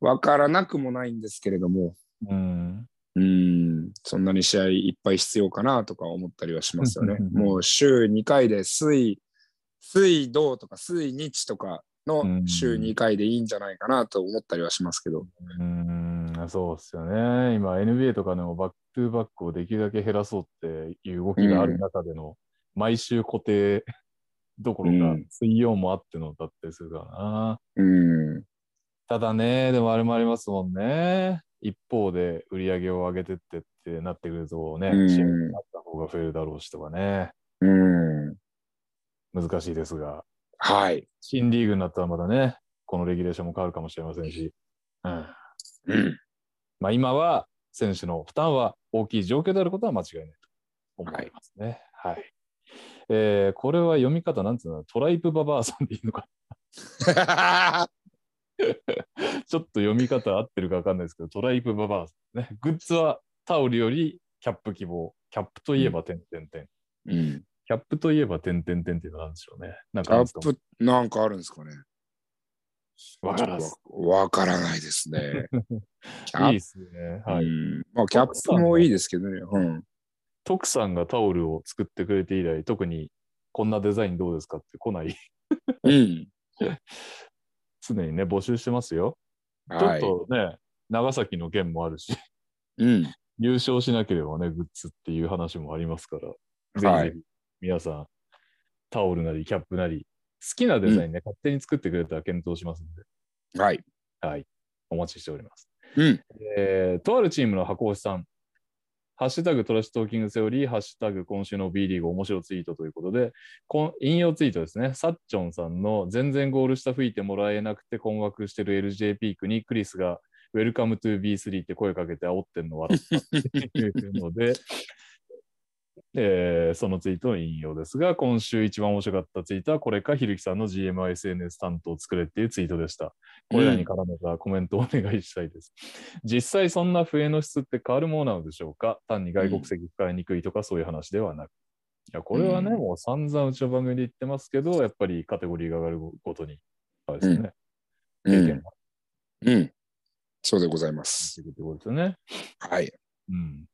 S2: 分からなくもないんですけれども
S1: うん。。
S2: うんそんなに試合いっぱい必要かなとか思ったりはしますよねもう週2回で水水土とか水日とかの週2回でいいんじゃないかなと思ったりはしますけど。
S1: うん、そうですよね。今 NBA とかでもバックトゥーバックをできるだけ減らそうっていう動きがある中での、毎週固定どころ
S2: う
S1: か
S2: ん
S1: 水曜もあってのだったりするからな。
S2: うん
S1: ただね、でもあれもありますもんね。一方で売り上げを上げてってってなってくるとね、
S2: うん
S1: 試合になった方が増えるだろうしとかね、
S2: うん
S1: 難しいですが、
S2: はい。
S1: 新リーグになったらまたね、このレギュレーションも変わるかもしれませんし、うん、
S2: うん。
S1: まあ、今は選手の負担は大きい状況であることは間違いないと思いますね。はい。えーこれは読み方なんつうのトライプババアさんでいいのか ちょっと読み方合ってるか分かんないですけど、トライプババアさん、ね。グッズはタオルよりキャップ希望。キャップといえば点点点。
S2: うん、
S1: キャップといえば点点点っていうのはなんでしょうね。なんかあ
S2: ア
S1: るんです
S2: ッ
S1: か
S2: プなんかあるんですかね
S1: わからんっす
S2: ちょっとわわからないです ね。キャップ
S1: いいですね。はい。
S2: うんまあ、キャップもいいですけどね。うん、
S1: 徳さんがタオルを作ってくれて以来、特にこんなデザインどうですかって来ない。
S2: うん。
S1: 常にね、募集してますよ。ちょ
S2: は
S1: っ
S2: い。
S1: とね、長崎の件もあるし、
S2: うん。
S1: 優勝しなければね、グッズっていう話もありますから、
S2: は
S1: ぜ
S2: い
S1: ひぜひ皆さん、タオルなりキャップなり、好きなデザインね、勝手に作ってくれたら検討しますんで、
S2: はい。
S1: はい、お待ちしております。
S2: うん。
S1: えーとあるチームの箱推しさん、ハッシュタグトラッシュトーキングセオリー、ハッシュタグ今週の B リーグ面白ツイートということで、こん引用ツイートですね、サッチョンさんの全然ゴール下吹いてもらえなくて困惑してる LJ ピークにクリスがウェルカムトゥ B3 って声かけて煽ってんの笑ったっていうので、えーそのツイートの引用ですが、今週一番面白かったツイートは、これかひるきさんの GMISNS 担当を作れっていうツイートでした。これらに絡めたコメントを お願いしたいです。実際そんな笛の質って変わるものなのでしょうか単に外国籍使いにくいとかそういう話ではなく。いや、これはね、
S2: うん
S1: もう散々うちの番組で言ってますけど、やっぱりカテゴリーが上がるごとに、あれですね、
S2: う
S1: 経験
S2: ん。
S1: も
S2: うん。そうでございま
S1: あ
S2: す。
S1: るってことですよね。
S2: はい。
S1: うん。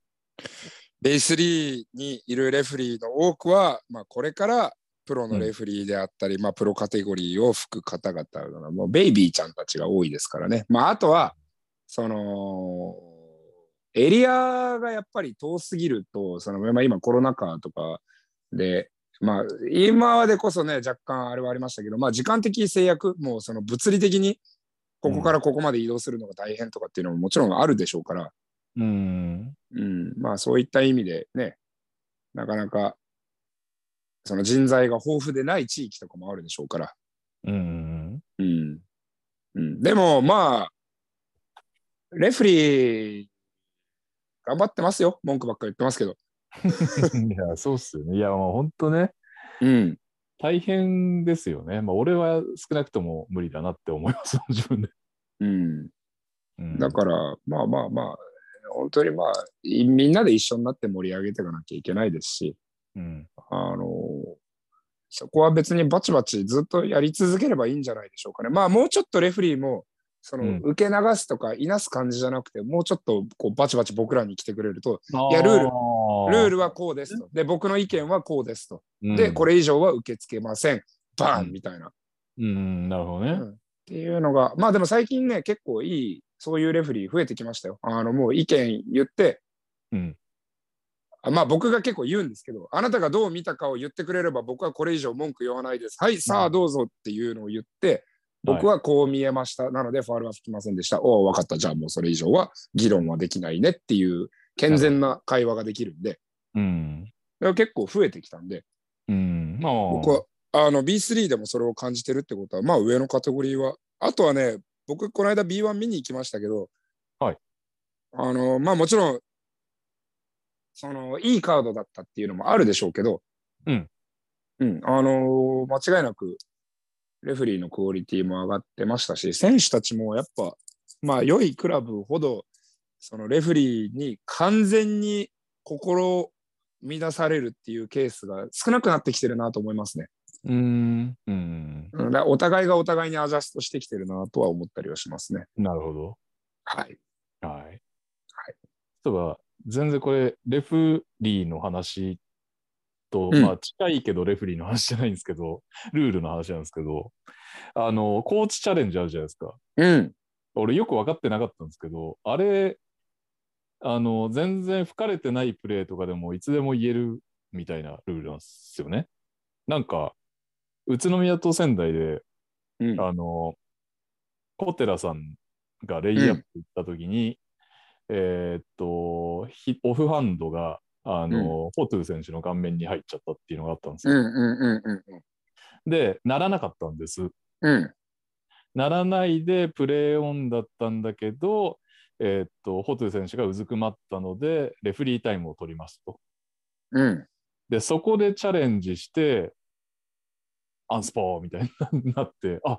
S2: ベイスリーにいるレフェリーの多くは、まあ、これからプロのレフェリーであったり、まあ、プロカテゴリーを吹く方々が、もうベイビーちゃんたちが多いですからね。まあ、あとは、その、エリアがやっぱり遠すぎると、そのまあ、今コロナ禍とかで、まあ、今までこそね、若干あれはありましたけど、まあ、時間的制約、もうその物理的に、ここからここまで移動するのが大変とかっていうのももちろんあるでしょうから、
S1: うん。
S2: うん、まあそういった意味でね、なかなかその人材が豊富でない地域とかもあるでしょうから。
S1: うん。
S2: うんうん、でもまあ、レフェリー、頑張ってますよ。文句ばっかり言ってますけど。
S1: いや、そうっすよね。いや、もう本当ね、
S2: うん、
S1: 大変ですよね。まあ、俺は少なくとも無理だなって思います、自分で。
S2: うん、
S1: うん
S2: だから、まあまあまあ、本当にまあ、いみんなで一緒になって盛り上げていかなきゃいけないですし、
S1: うん。
S2: あのそこは別にバチバチずっとやり続ければいいんじゃないでしょうかね。まあもうちょっとレフェリーもそうの
S1: ん
S2: 受け流すとかいなす感じじゃなくて、もうちょっとこうバチバチ僕らに来てくれると、いやルールルールはこうですと。で、僕の意見はこうですと。
S1: ル
S2: で、こ
S1: れ。
S2: れ以上は受け付けません。バー
S1: う
S2: ン
S1: ん
S2: みたいな。っ
S1: うん、なるほどね。
S2: ていうのが、まあでも最近ね、結構いい、そういうレフェリー増えてきましたよ。あの、もう意見言って、
S1: うん。
S2: あまあ僕が結構言うんですけど、あなたがどう見たかを言ってくれれば僕はこれ以上文句言わないです。はい、さあどうぞっていうのを言って、僕はこう見えました。なのでファウルは吹きませんでした。おお、分かった。じゃあもうそれ以上は議論はできないねっていう健全な会話ができるんで、
S1: うん。
S2: だから結構増えてきたんで、
S1: うん。ああ。
S2: 僕はあの B3 でもそれを感じてるってことは、まあ上のカテゴリーは、あとはね、僕この間 B1 見に行きましたけど、
S1: はい。
S2: あの、まあもちろん、その、いいカードだったっていうのもあるでしょうけど、
S1: うん。
S2: うん、あの間違いなく、レフェリーのクオリティも上がってましたし、選手たちもやっぱ、まあ良いクラブほど、そのレフェリーに完全に心を乱されるっていうケースが少なくなってきてるなと思いますね。
S1: うん。うん。
S2: うんだからお互いがお互いにアジャストしてきてるなとは思ったりはしますね。
S1: なるほど。
S2: はい。
S1: はい。はい。とか、全然これ、レフリーの話と、
S2: うん
S1: まあ、近いけど、レフリーの話じゃないんですけど、ルールの話なんですけど、あの、コーチチャレンジあるじゃないですか。
S2: うん。
S1: 俺、よく分かってなかったんですけど、あれ、あの、全然吹かれてないプレーとかでも、いつでも言えるみたいなルールなんですよね。なんか、宇都宮と仙台で、
S2: うん。
S1: あの、小寺さんがレイアップ行った時に、えーっと、ひオフハンドが、あの、フォトゥ選手の顔面に入っちゃったっていうのがあったんです
S2: うん
S1: よ。
S2: うんうんうん
S1: で、ならなかったんです。
S2: うん。
S1: ならないでプレーオンだったんだけど、えーっと、フォトゥ選手がうずくまったので、レフリータイムを取りますと。
S2: うん。うん。
S1: で、そこでチャレンジして、アンスポーみたいになって、あ、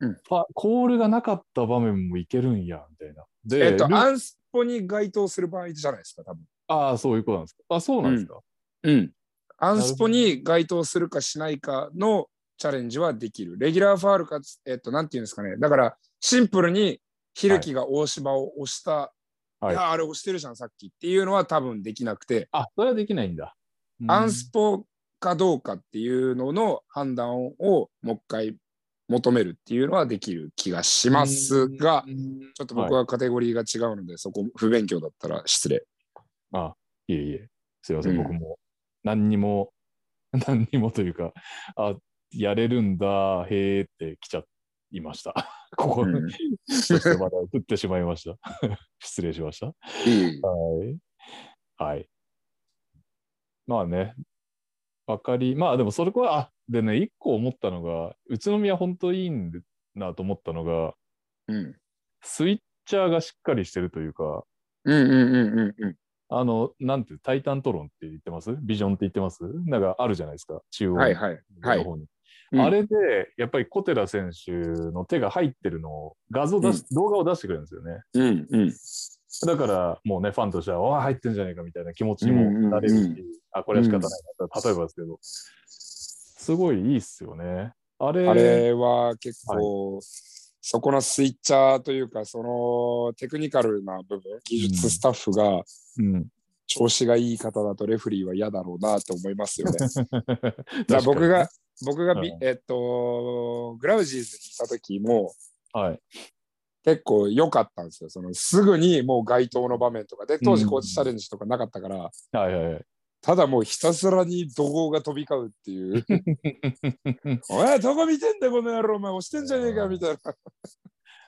S2: うん
S1: あコールがなかった場面もいけるんや、みたいな。で、
S2: えっと、
S1: ル
S2: アンスポに該当する場合じゃないですか、多分。
S1: ああ、そういうことなんですか。あ、そうなんですか。
S2: うん。アンスポに該当するかしないかのチャレンジはできる。レギュラーファールかつ、えっと、なんていうんですかね。だから、シンプルに、ひるきが大島を押した、、
S1: はいい
S2: や、あれ押してるじゃん、さっきっていうのは多分できなくて、
S1: あ、それはできないんだ。うん
S2: アンスポかどうかっていうのの判断をもう一回求めるっていうのはできる気がしますが、
S1: うん
S2: ちょっと僕はカテゴリーが違うので、そこ不勉強だったら失礼。
S1: いえいえ、すいませ、
S2: うんん
S1: 僕も、何にも、 何にもというか、あ、やれるんだ、へえって来ちゃいました。 ここ
S2: う
S1: に、
S2: ん
S1: そしてまだ振ってしまいました。 失礼しました。
S2: いい
S1: はい。はい。まあね、わかり、まあでもそれこは、あ、でね、一個思ったのが、宇都宮本当いいんだなと思ったのが、
S2: うん
S1: スイッチャーがしっかりしてるというか、
S2: うんうんうんうんうん。
S1: あの、なんていう、タイタントロンって言ってますビジョンって言ってますなんかあるじゃないですか、中央
S2: はいはい。はい
S1: の方に。
S2: うん
S1: あれで、やっぱり小寺選手の手が入ってるのを、画像出し、動画を出してくれるんですよね。
S2: うんうん。
S1: だから、もうね、ファンとしては、わあ、入ってんじゃないかみたいな気持ちにもなれるし、
S2: うんうんうん
S1: あ、これは仕方ないな、例えばですけど、すごいいいっすよね。あれ、
S2: あれは結構、そこのスイッチャーというか、そのテクニカルな部分、技術スタッフが
S1: うん。
S2: 調子がいい方だとレフェリーは嫌だろうなと思いますよね。
S1: じ
S2: だから僕 が、、僕がビ、
S1: うん
S2: えっと、グラウジーズにいた時も
S1: はい。
S2: 結構良かったんですよ。そのすぐにもう街頭の場面とかで、当時
S1: うん
S2: コーチチャレンジとかなかったから、
S1: はいはいはい。
S2: ただもうひたすらに怒号が飛び交うっていう、 おい、どこ見てんだよこの野郎、お前押してんじゃねえかみたいな。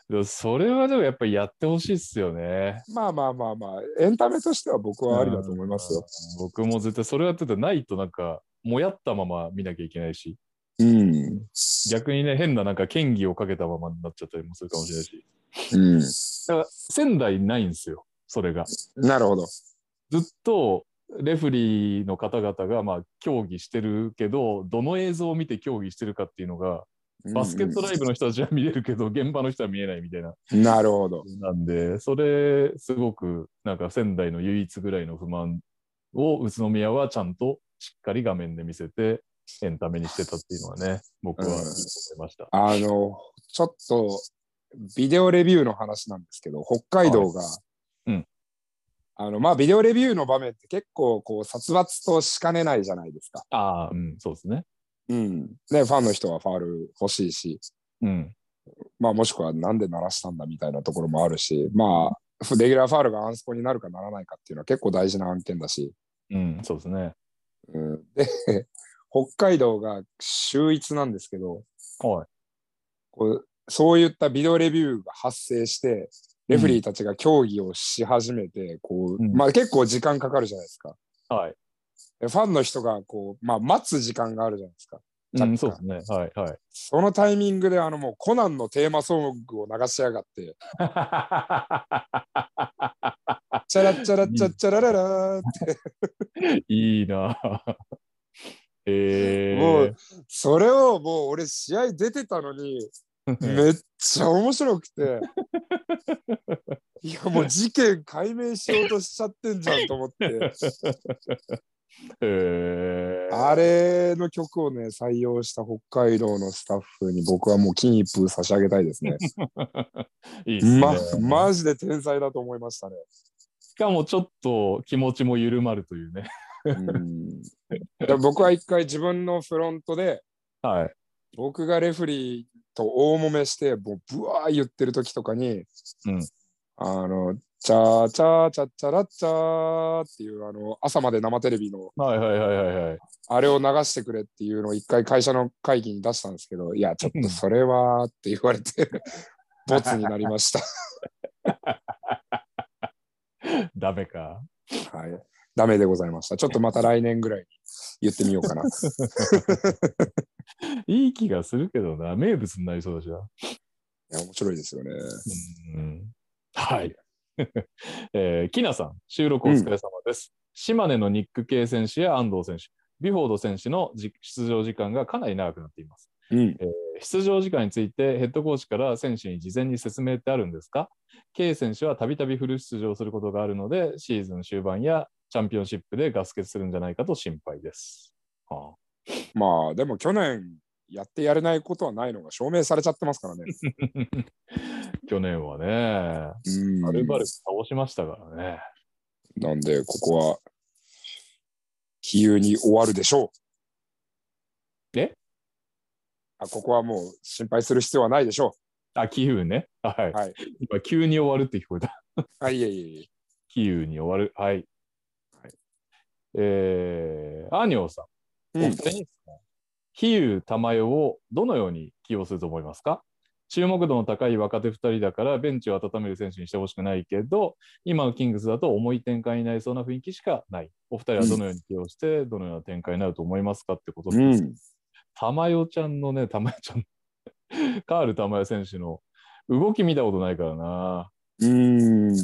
S1: でもそれはでもやっぱりやってほしいっすよね。
S2: まあまあまあまあ、エンタメとしては僕はありだと思いますよ。
S1: 僕も絶対それやっててないとなんか、もやったまま見なきゃいけないし、
S2: うん。
S1: 逆にね、変ななんか嫌疑をかけたままになっちゃったりもするかもしれないし。
S2: うん。
S1: だから仙台ないんですよ、それが。
S2: なるほど。
S1: ずっとレフェリーの方々がまあ競技してるけど、どの映像を見て競技してるかっていうのが、バスケットライブの人たちは見れるけど、現場の人は見えないみたいな。
S2: うんなるほど。
S1: なんで、それ、すごくなんか仙台の唯一ぐらいの不満を宇都宮はちゃんとしっかり画面で見せて、エンタメにしてたっていうのはね、僕は
S2: うん
S1: 思いました。
S2: あの、ちょっとビデオレビューの話なんですけど、北海道が、
S1: はいうん
S2: あの、まあ、ビデオレビューの場面って結構、こう、殺伐としかねないじゃないですか。
S1: ああ、うん、そうですね。
S2: うん。ね、ファンの人はファール欲しいし、
S1: うん。
S2: まあ、もしくはなんで鳴らしたんだみたいなところもあるし、まあ、レギュラーファールがアンスポになるかならないかっていうのは結構大事な案件だし、
S1: うん、そうですね。
S2: うん、で、北海道が秀逸なんですけど、
S1: は
S2: こうそういったビデオレビューが発生して、レフェリーたちが競技をし始めて、こ
S1: う
S2: う
S1: ん
S2: まあ、結構時間かかるじゃないですか。
S1: い。はい。
S2: でファンの人がこう、まあ、待つ時間があるじゃないですか。
S1: うん、そうですね。はい、はい。
S2: そのタイミングであのもうコナンのテーマソングを流しやがって、チャラッチャラッチャッチャラララーって、
S1: いい なぁ。え
S2: も
S1: ー
S2: う、それをもう俺試合出てたのに、めっちゃ面白く て。いやもう事件解明しようとしちゃってんじゃんと思って、
S1: えー、
S2: あれの曲をね、採用した北海道のスタッフに僕はもう金一封差し上げたいですね。
S1: いいっすね。
S2: ま、マジで天才だと思いましたね。
S1: しかもちょっと気持ちも緩まるというね。
S2: うんで僕は一回自分のフロントで、
S1: はい。
S2: 僕がレフェリーと大揉めして、もうブワー言ってる時とかに、
S1: うん
S2: あの、チャーチャーチャッチャラッチャーっていう、あの、朝まで生テレビの、
S1: はいはいはいはい はい。
S2: あれを流してくれっていうのを一回会社の会議に出したんですけど、いや、ちょっとそれはって言われ て、ボツになりました。
S1: ダメか。
S2: はい。ダメでございました。ちょっとまた来年ぐらいに言ってみようかな。
S1: いい気がするけどな。名物になりそうだしな。
S2: いや面白いですよね。
S1: うんはい。 えー、きなさん、収録お疲れ様です。島根のニック系選手や安藤選手、ビュフォード選手のじ出場時間がかなり長くなっています。
S2: うん。
S1: 出場時間についてヘッドコーチから選手に事前に説明ってあるんですか ?K 選手はたびたびフル出場することがあるので、シーズン終盤やチャンピオンシップでガス欠するんじゃないかと心配です。は
S2: まあ、でも去年やってやれないことはないのが証明されちゃってますからね。
S1: あ 去年はね、
S2: うん
S1: アルバルク倒しましたからね。
S2: なんで、ここは、杞憂に終わるでしょう。
S1: え
S2: あここはもう心配する必要はないでしょ
S1: あ、キーウね。はい。
S2: はい
S1: 今、急に終わるって聞こえた。
S2: う。あ、いえいえいえ。
S1: キーウに終わる。はい。えー、アーニョさん。
S2: うん
S1: お二人に質問比喩玉代をどのように起用すると思いますか注目度の高い若手2人だからベンチを温める選手にしてほしくないけど今のキングスだと重い展開になりそうな雰囲気しかないお二人はどのように起用してどのような展開になると思いますかってことです、
S2: うん。
S1: 玉代ちゃんのね、玉代ちゃん、 カール玉代選手の動き見たことないからな。
S2: うん。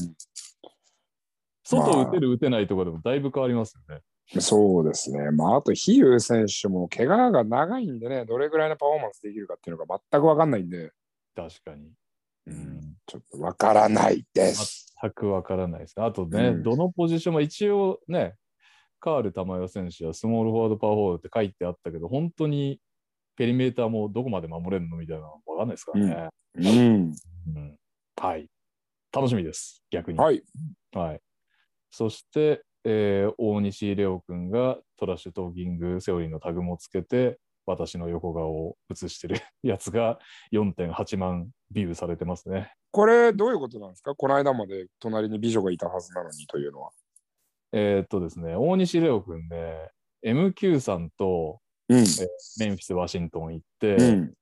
S1: 外打てる、打てないとかでもだいぶ変わりますよね。
S2: そうですね。まあ、あと、比喩選手も怪我が長いんでね、どれぐらいのパフォーマンスできるかっていうのが全く分かんないんで、
S1: 確かに。
S2: うん、ちょっと分からないです。
S1: 全くわからないです。あとね、
S2: うん
S1: どのポジションも一応ね、カール玉代選手はスモールフォワードパワーフォワードって書いてあったけど、本当にペリメーターもどこまで守れるのみたいなのわかんないですからね、
S2: うん。
S1: うんはい。楽しみです、逆に。
S2: はい。
S1: はい。そして、えー大西レオ君がトラッシュトーキングセオリーのタグもつけて、私の横顔を映してる やつが4.8万ビューされてますね。
S2: これ、どういうことなんですかこの間まで隣に美女がいたはずなのにというのは。
S1: えーっとですね、大西レオ君ね、MQ さんと
S2: うん。
S1: メンフィス・ワシントン行って、
S2: うん。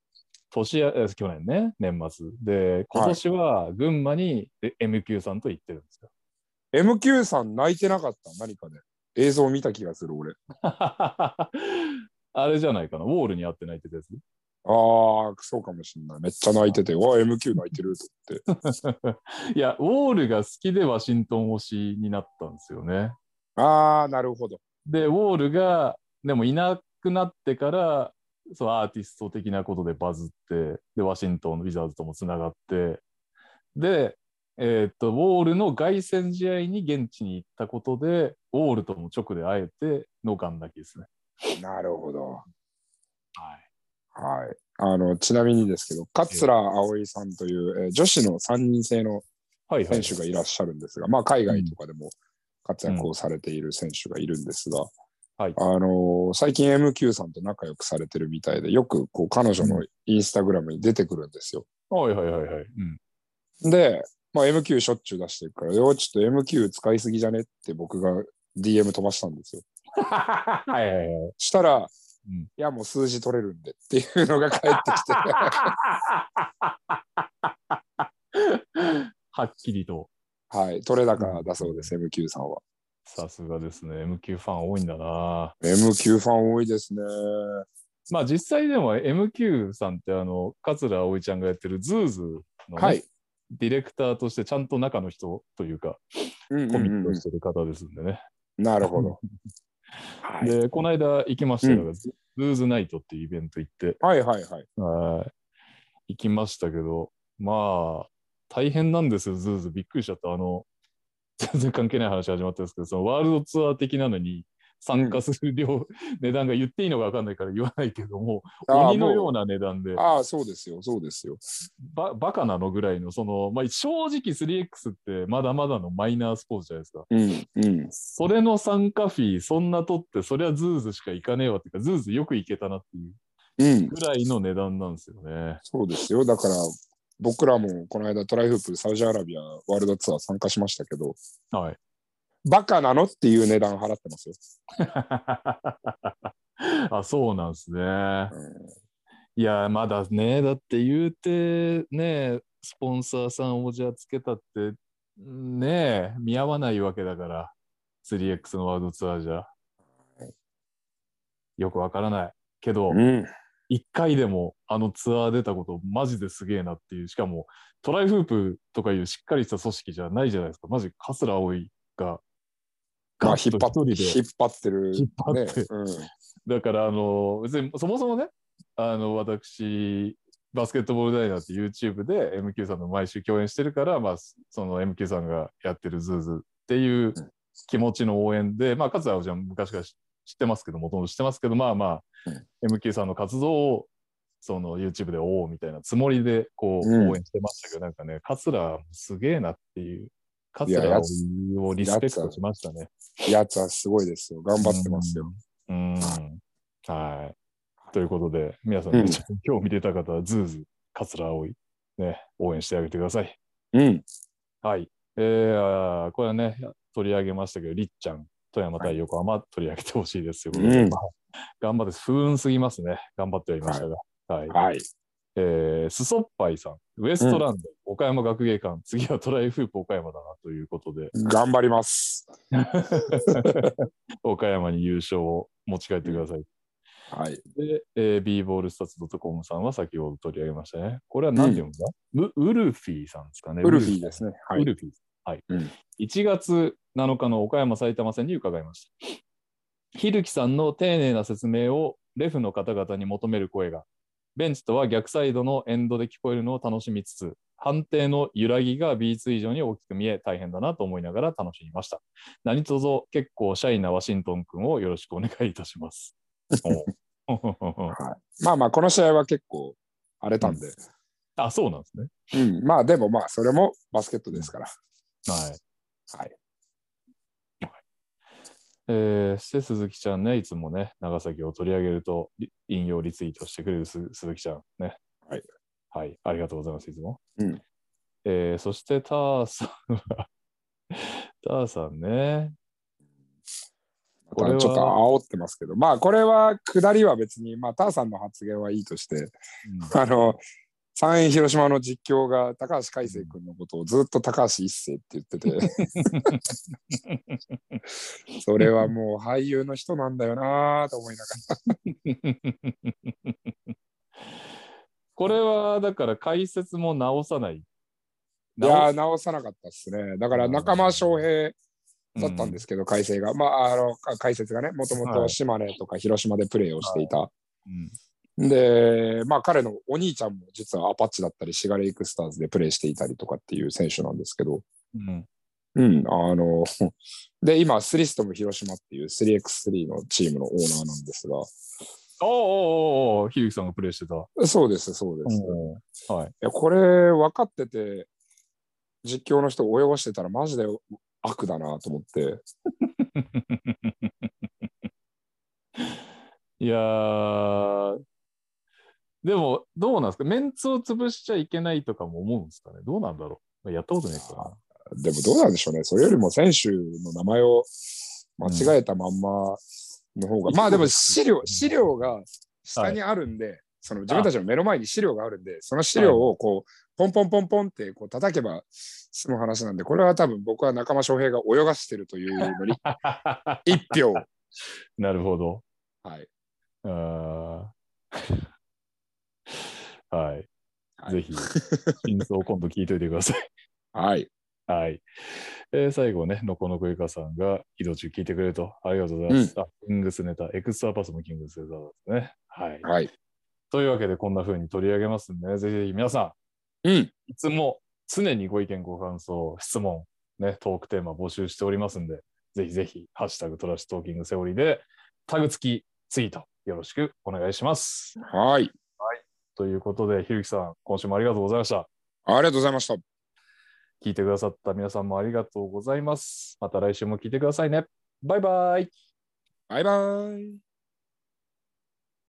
S1: 年やえー去年ね、年末。で、今年は群馬にえ MQ さんと行ってるんですよ。
S2: MQ さん泣いてなかった何かで、映像を見た気がする俺。
S1: あれじゃないかな、ウォールに合ってないってやつ。
S2: ああ、そうかもしんない。めっちゃ泣いてて、うわ、MQ 泣いてると思って。
S1: いや、ウォールが好きでワシントン推しになったんですよね。
S2: ああ、なるほど。
S1: で、ウォールが、でもいなくなってから、そうアーティスト的なことでバズって、で、ワシントンのウィザーズともつながって、で、えーっと、ウォールの凱旋試合に現地に行ったことで、ウォールとも直で会えてのガンだけですね。
S2: なるほど。
S1: はい。
S2: はい。あの、ちなみにですけど、桂葵さんという、えー女子の3人制の
S1: はいはい。
S2: 選手がいらっしゃるんですが、まあ、海外とかでも活躍をされている選手がいるんですが、
S1: はい。
S2: あのー最近 MQ さんと仲良くされてるみたいで、よくこう彼女のインスタグラムに出てくるんですよ。
S1: はいはいはいはい。 うん。
S2: で、まあ、MQ しょっちゅう出してるから、よ、ちょっと MQ 使いすぎじゃねって僕が DM 飛ばしたんですよ。
S1: はいはいはい。
S2: したら、
S1: ん
S2: いや、もう数字取れるんでっていうのが 返ってきて、
S1: はっきりと。
S2: はい、取れ高だそうです、MQ さんは。
S1: さすがですね。MQ ファン多いんだな。
S2: MQ ファン多いですね。
S1: まあ実際でも MQ さんってあの、桂葵ちゃんがやってるズーズーのね、
S2: はい。
S1: ディレクターとしてちゃんと中の人というか、
S2: うんうん
S1: コミッ
S2: う
S1: ト
S2: ん
S1: してる方ですんでね。
S2: なる ほど。はい
S1: で、この間行きましたよ、
S2: う
S1: ズーズナイトっていうイベント行って、
S2: はいはいはい。
S1: はい行きましたけど、まあ、大変なんですよ、ズーズ。びっくりしちゃった。あの、 全然関係ない話始まったんですけど、そのワールドツアー的なのに参加する量、 値段が言っていいのか分かんないから言わないけども、
S2: あ
S1: 鬼のよう
S2: な。
S1: な値段で、
S2: ああ、そうですよ、そうですよ。
S1: ばバカなのぐらいの、その、まあ、正直 3X ってまだまだのマイナースポーツじゃないですか。
S2: うん、うん。
S1: それの参加フィー、そんな取って、そりゃズーズしか行かねえわっていうか、ズーズよく行けたなっていう
S2: うん、
S1: ぐらいの値段なんですよね。
S2: そうですよ。だから、僕らもこの間トライフープサウジアラビアワールドツアー参加しましたけど、
S1: はい。
S2: バカなのっていう値段払ってますよ。
S1: あ、そうなんですね。
S2: うん
S1: いや、まだね、だって言うて、ね、スポンサーさんをじゃあつけたって、ね、見合わないわけだから、3X のワールドツアーじゃ。よくわからない。けど、
S2: うん、
S1: 一回でもあのツアー出たこと、マジですげえなっていう、しかもトライフープとかいうしっかりした組織じゃないじゃないですか。マジ、桂葵が、
S2: まあ
S1: ガッと
S2: 引っ張っ
S1: 一人で
S2: 引っ張ってる、ね。
S1: 引っ張って
S2: うん
S1: だから、あの、別に、そもそもね、あの、私、バスケットボールダイナーって YouTube で MQ さんの毎週共演してるから、まあ、その MQ さんがやってるズーズーっていう気持ちの応援で、まあ、勝田ちゃん昔から知ってますけど、もともと知ってますけど、まあまあ、MQ さんの活動を、その YouTube で追おうみたいなつもりで、こう、
S2: うん
S1: 応援してましたけど、なんかね、桂すげえなっていう、
S2: いや
S1: 桂
S2: や
S1: を
S2: つ
S1: をリスペクトしましたね。
S2: やつはすごいですよ。頑張ってますよ。
S1: うん。うんはい。ということで、皆さん、
S2: うん
S1: ちょっと興味出た方は、ズーズ、桂葵、ね、応援してあげてください。
S2: うん。
S1: はい。えー、あーこれはね、取り上げましたけど、りっちゃん、富山対横浜、取り上げてほしいですよ。
S2: うん
S1: まあ頑張って、不運すぎますね。頑張ってはいましたが。はい。
S2: はい。
S1: えー、スソッパイさん、ウエストランド、岡山学芸館、次はトライフープ岡山だなということで、
S2: 頑張ります。
S1: 岡山に優勝を持ち帰ってください。
S2: はい。
S1: で、えー、b ボールスタッツ .com さんは先ほど取り上げましたね。これは何て読むんだ、ウウルフィーさんですかね。
S2: ウルフィーです
S1: ね。
S2: ね。は
S1: ウ
S2: い。
S1: ルフィー。はい。
S2: うん
S1: 1月7日の岡山埼玉戦に伺いました。ひるきさんの丁寧な説明をレフの方々に求める声が、ベンチとは逆サイドのエンドで聞こえるのを楽しみつつ、判定の揺らぎが B2 以上に大きく見え、大変だなと思いながら楽しみました。何卒結構シャイなワシントン君をよろしくお願いいたし ます。お
S2: まあまあ、この試合は結構荒れたんで。
S1: あ、そうなんですね。
S2: うん。まあ、でもまあ、それもバスケットですから。
S1: はい。
S2: はい。
S1: えー、そして鈴木ちゃんね、いつもね、長崎を取り上げると、り引用リツイートしてくれるす鈴木ちゃんね。
S2: はい。
S1: はい。ありがとうございます、いつも。
S2: うん
S1: えー、そしてターさんは、 ターさんね。こ
S2: こ
S1: れ
S2: れ
S1: は
S2: ちょっと煽ってますけど、まあこれは下りは別に、まあターさんの発言はいいとして、あの、三円広島の実況が高橋海生君のことをずっと高橋一生って言って て、それはもう俳優の人なんだよなぁと思いなが
S1: うんこれは、だから解説も直さない。
S2: ら、いやー
S1: 直
S2: 直さなかったですね。だから中間翔平
S1: す
S2: だったんですけど、海生が、まああの、か解説がね、もとも
S1: は
S2: と
S1: い
S2: 島根とか広島でプレーをしていた。
S1: うん
S2: で、まあ彼のお兄ちゃんも実はアパッチだったり、シガレイクスターズでプレーしていたりとかっていう選手なんですけど、
S1: うん
S2: うん、あの、 で、今、スリストム広島っていう 3x3 のチームのオーナーなんですが、です。
S1: おーおーおーおー、ひゆきさんがプレイしてた。
S2: そうです、そうです。い
S1: おーはい。
S2: やこれ、分かってて、実況の人を泳がしてたら、マジで悪だなと思って。
S1: いやー、でも、どうなんですかメンツを潰しちゃいけないとかも思うんですかねどうなんだろうやったことないからな。
S2: でも、どうなんでしょうね。それよりも選手の名前を間違えたまんまの方が。
S1: うん
S2: まあ、でも、資料、資料が下にあるんで、その自分たちの目の前に資料があるんで、その資料をこう、ポンポンポンポンってこう叩けば済む話なんで、これは多分僕は中間翔平が泳がしてるというのに一票。
S1: なるほど。
S2: はい。
S1: あー はい。
S2: はい
S1: ぜひ、真相を今度聞いといてください。
S2: はい。
S1: はい。えー最後ね、のこのこゆかさんが、移動中聞いてくれると、ありがとうございます。あキングスネタ、エクストラパスもキングスネタですね。はい。
S2: はい。
S1: というわけで、こんな風に取り上げますんでね、ぜひぜひ皆さ
S2: うん。
S1: ん、いつも常にご意見、ご感想、質問、ね、トークテーマ募集しておりますんで、ぜひぜひ、ハッシュタグトラッシュトーキングセオリーで、タグ付きツイート、よろしくお願いします。
S2: はい。
S1: ということで、ひるきさん、今週もありがとうございました。
S2: ありがとうございました。
S1: 聞いてくださった皆さんもありがとうございます。また来週も聞いてくださいね。バイバイ。
S2: バイバイ。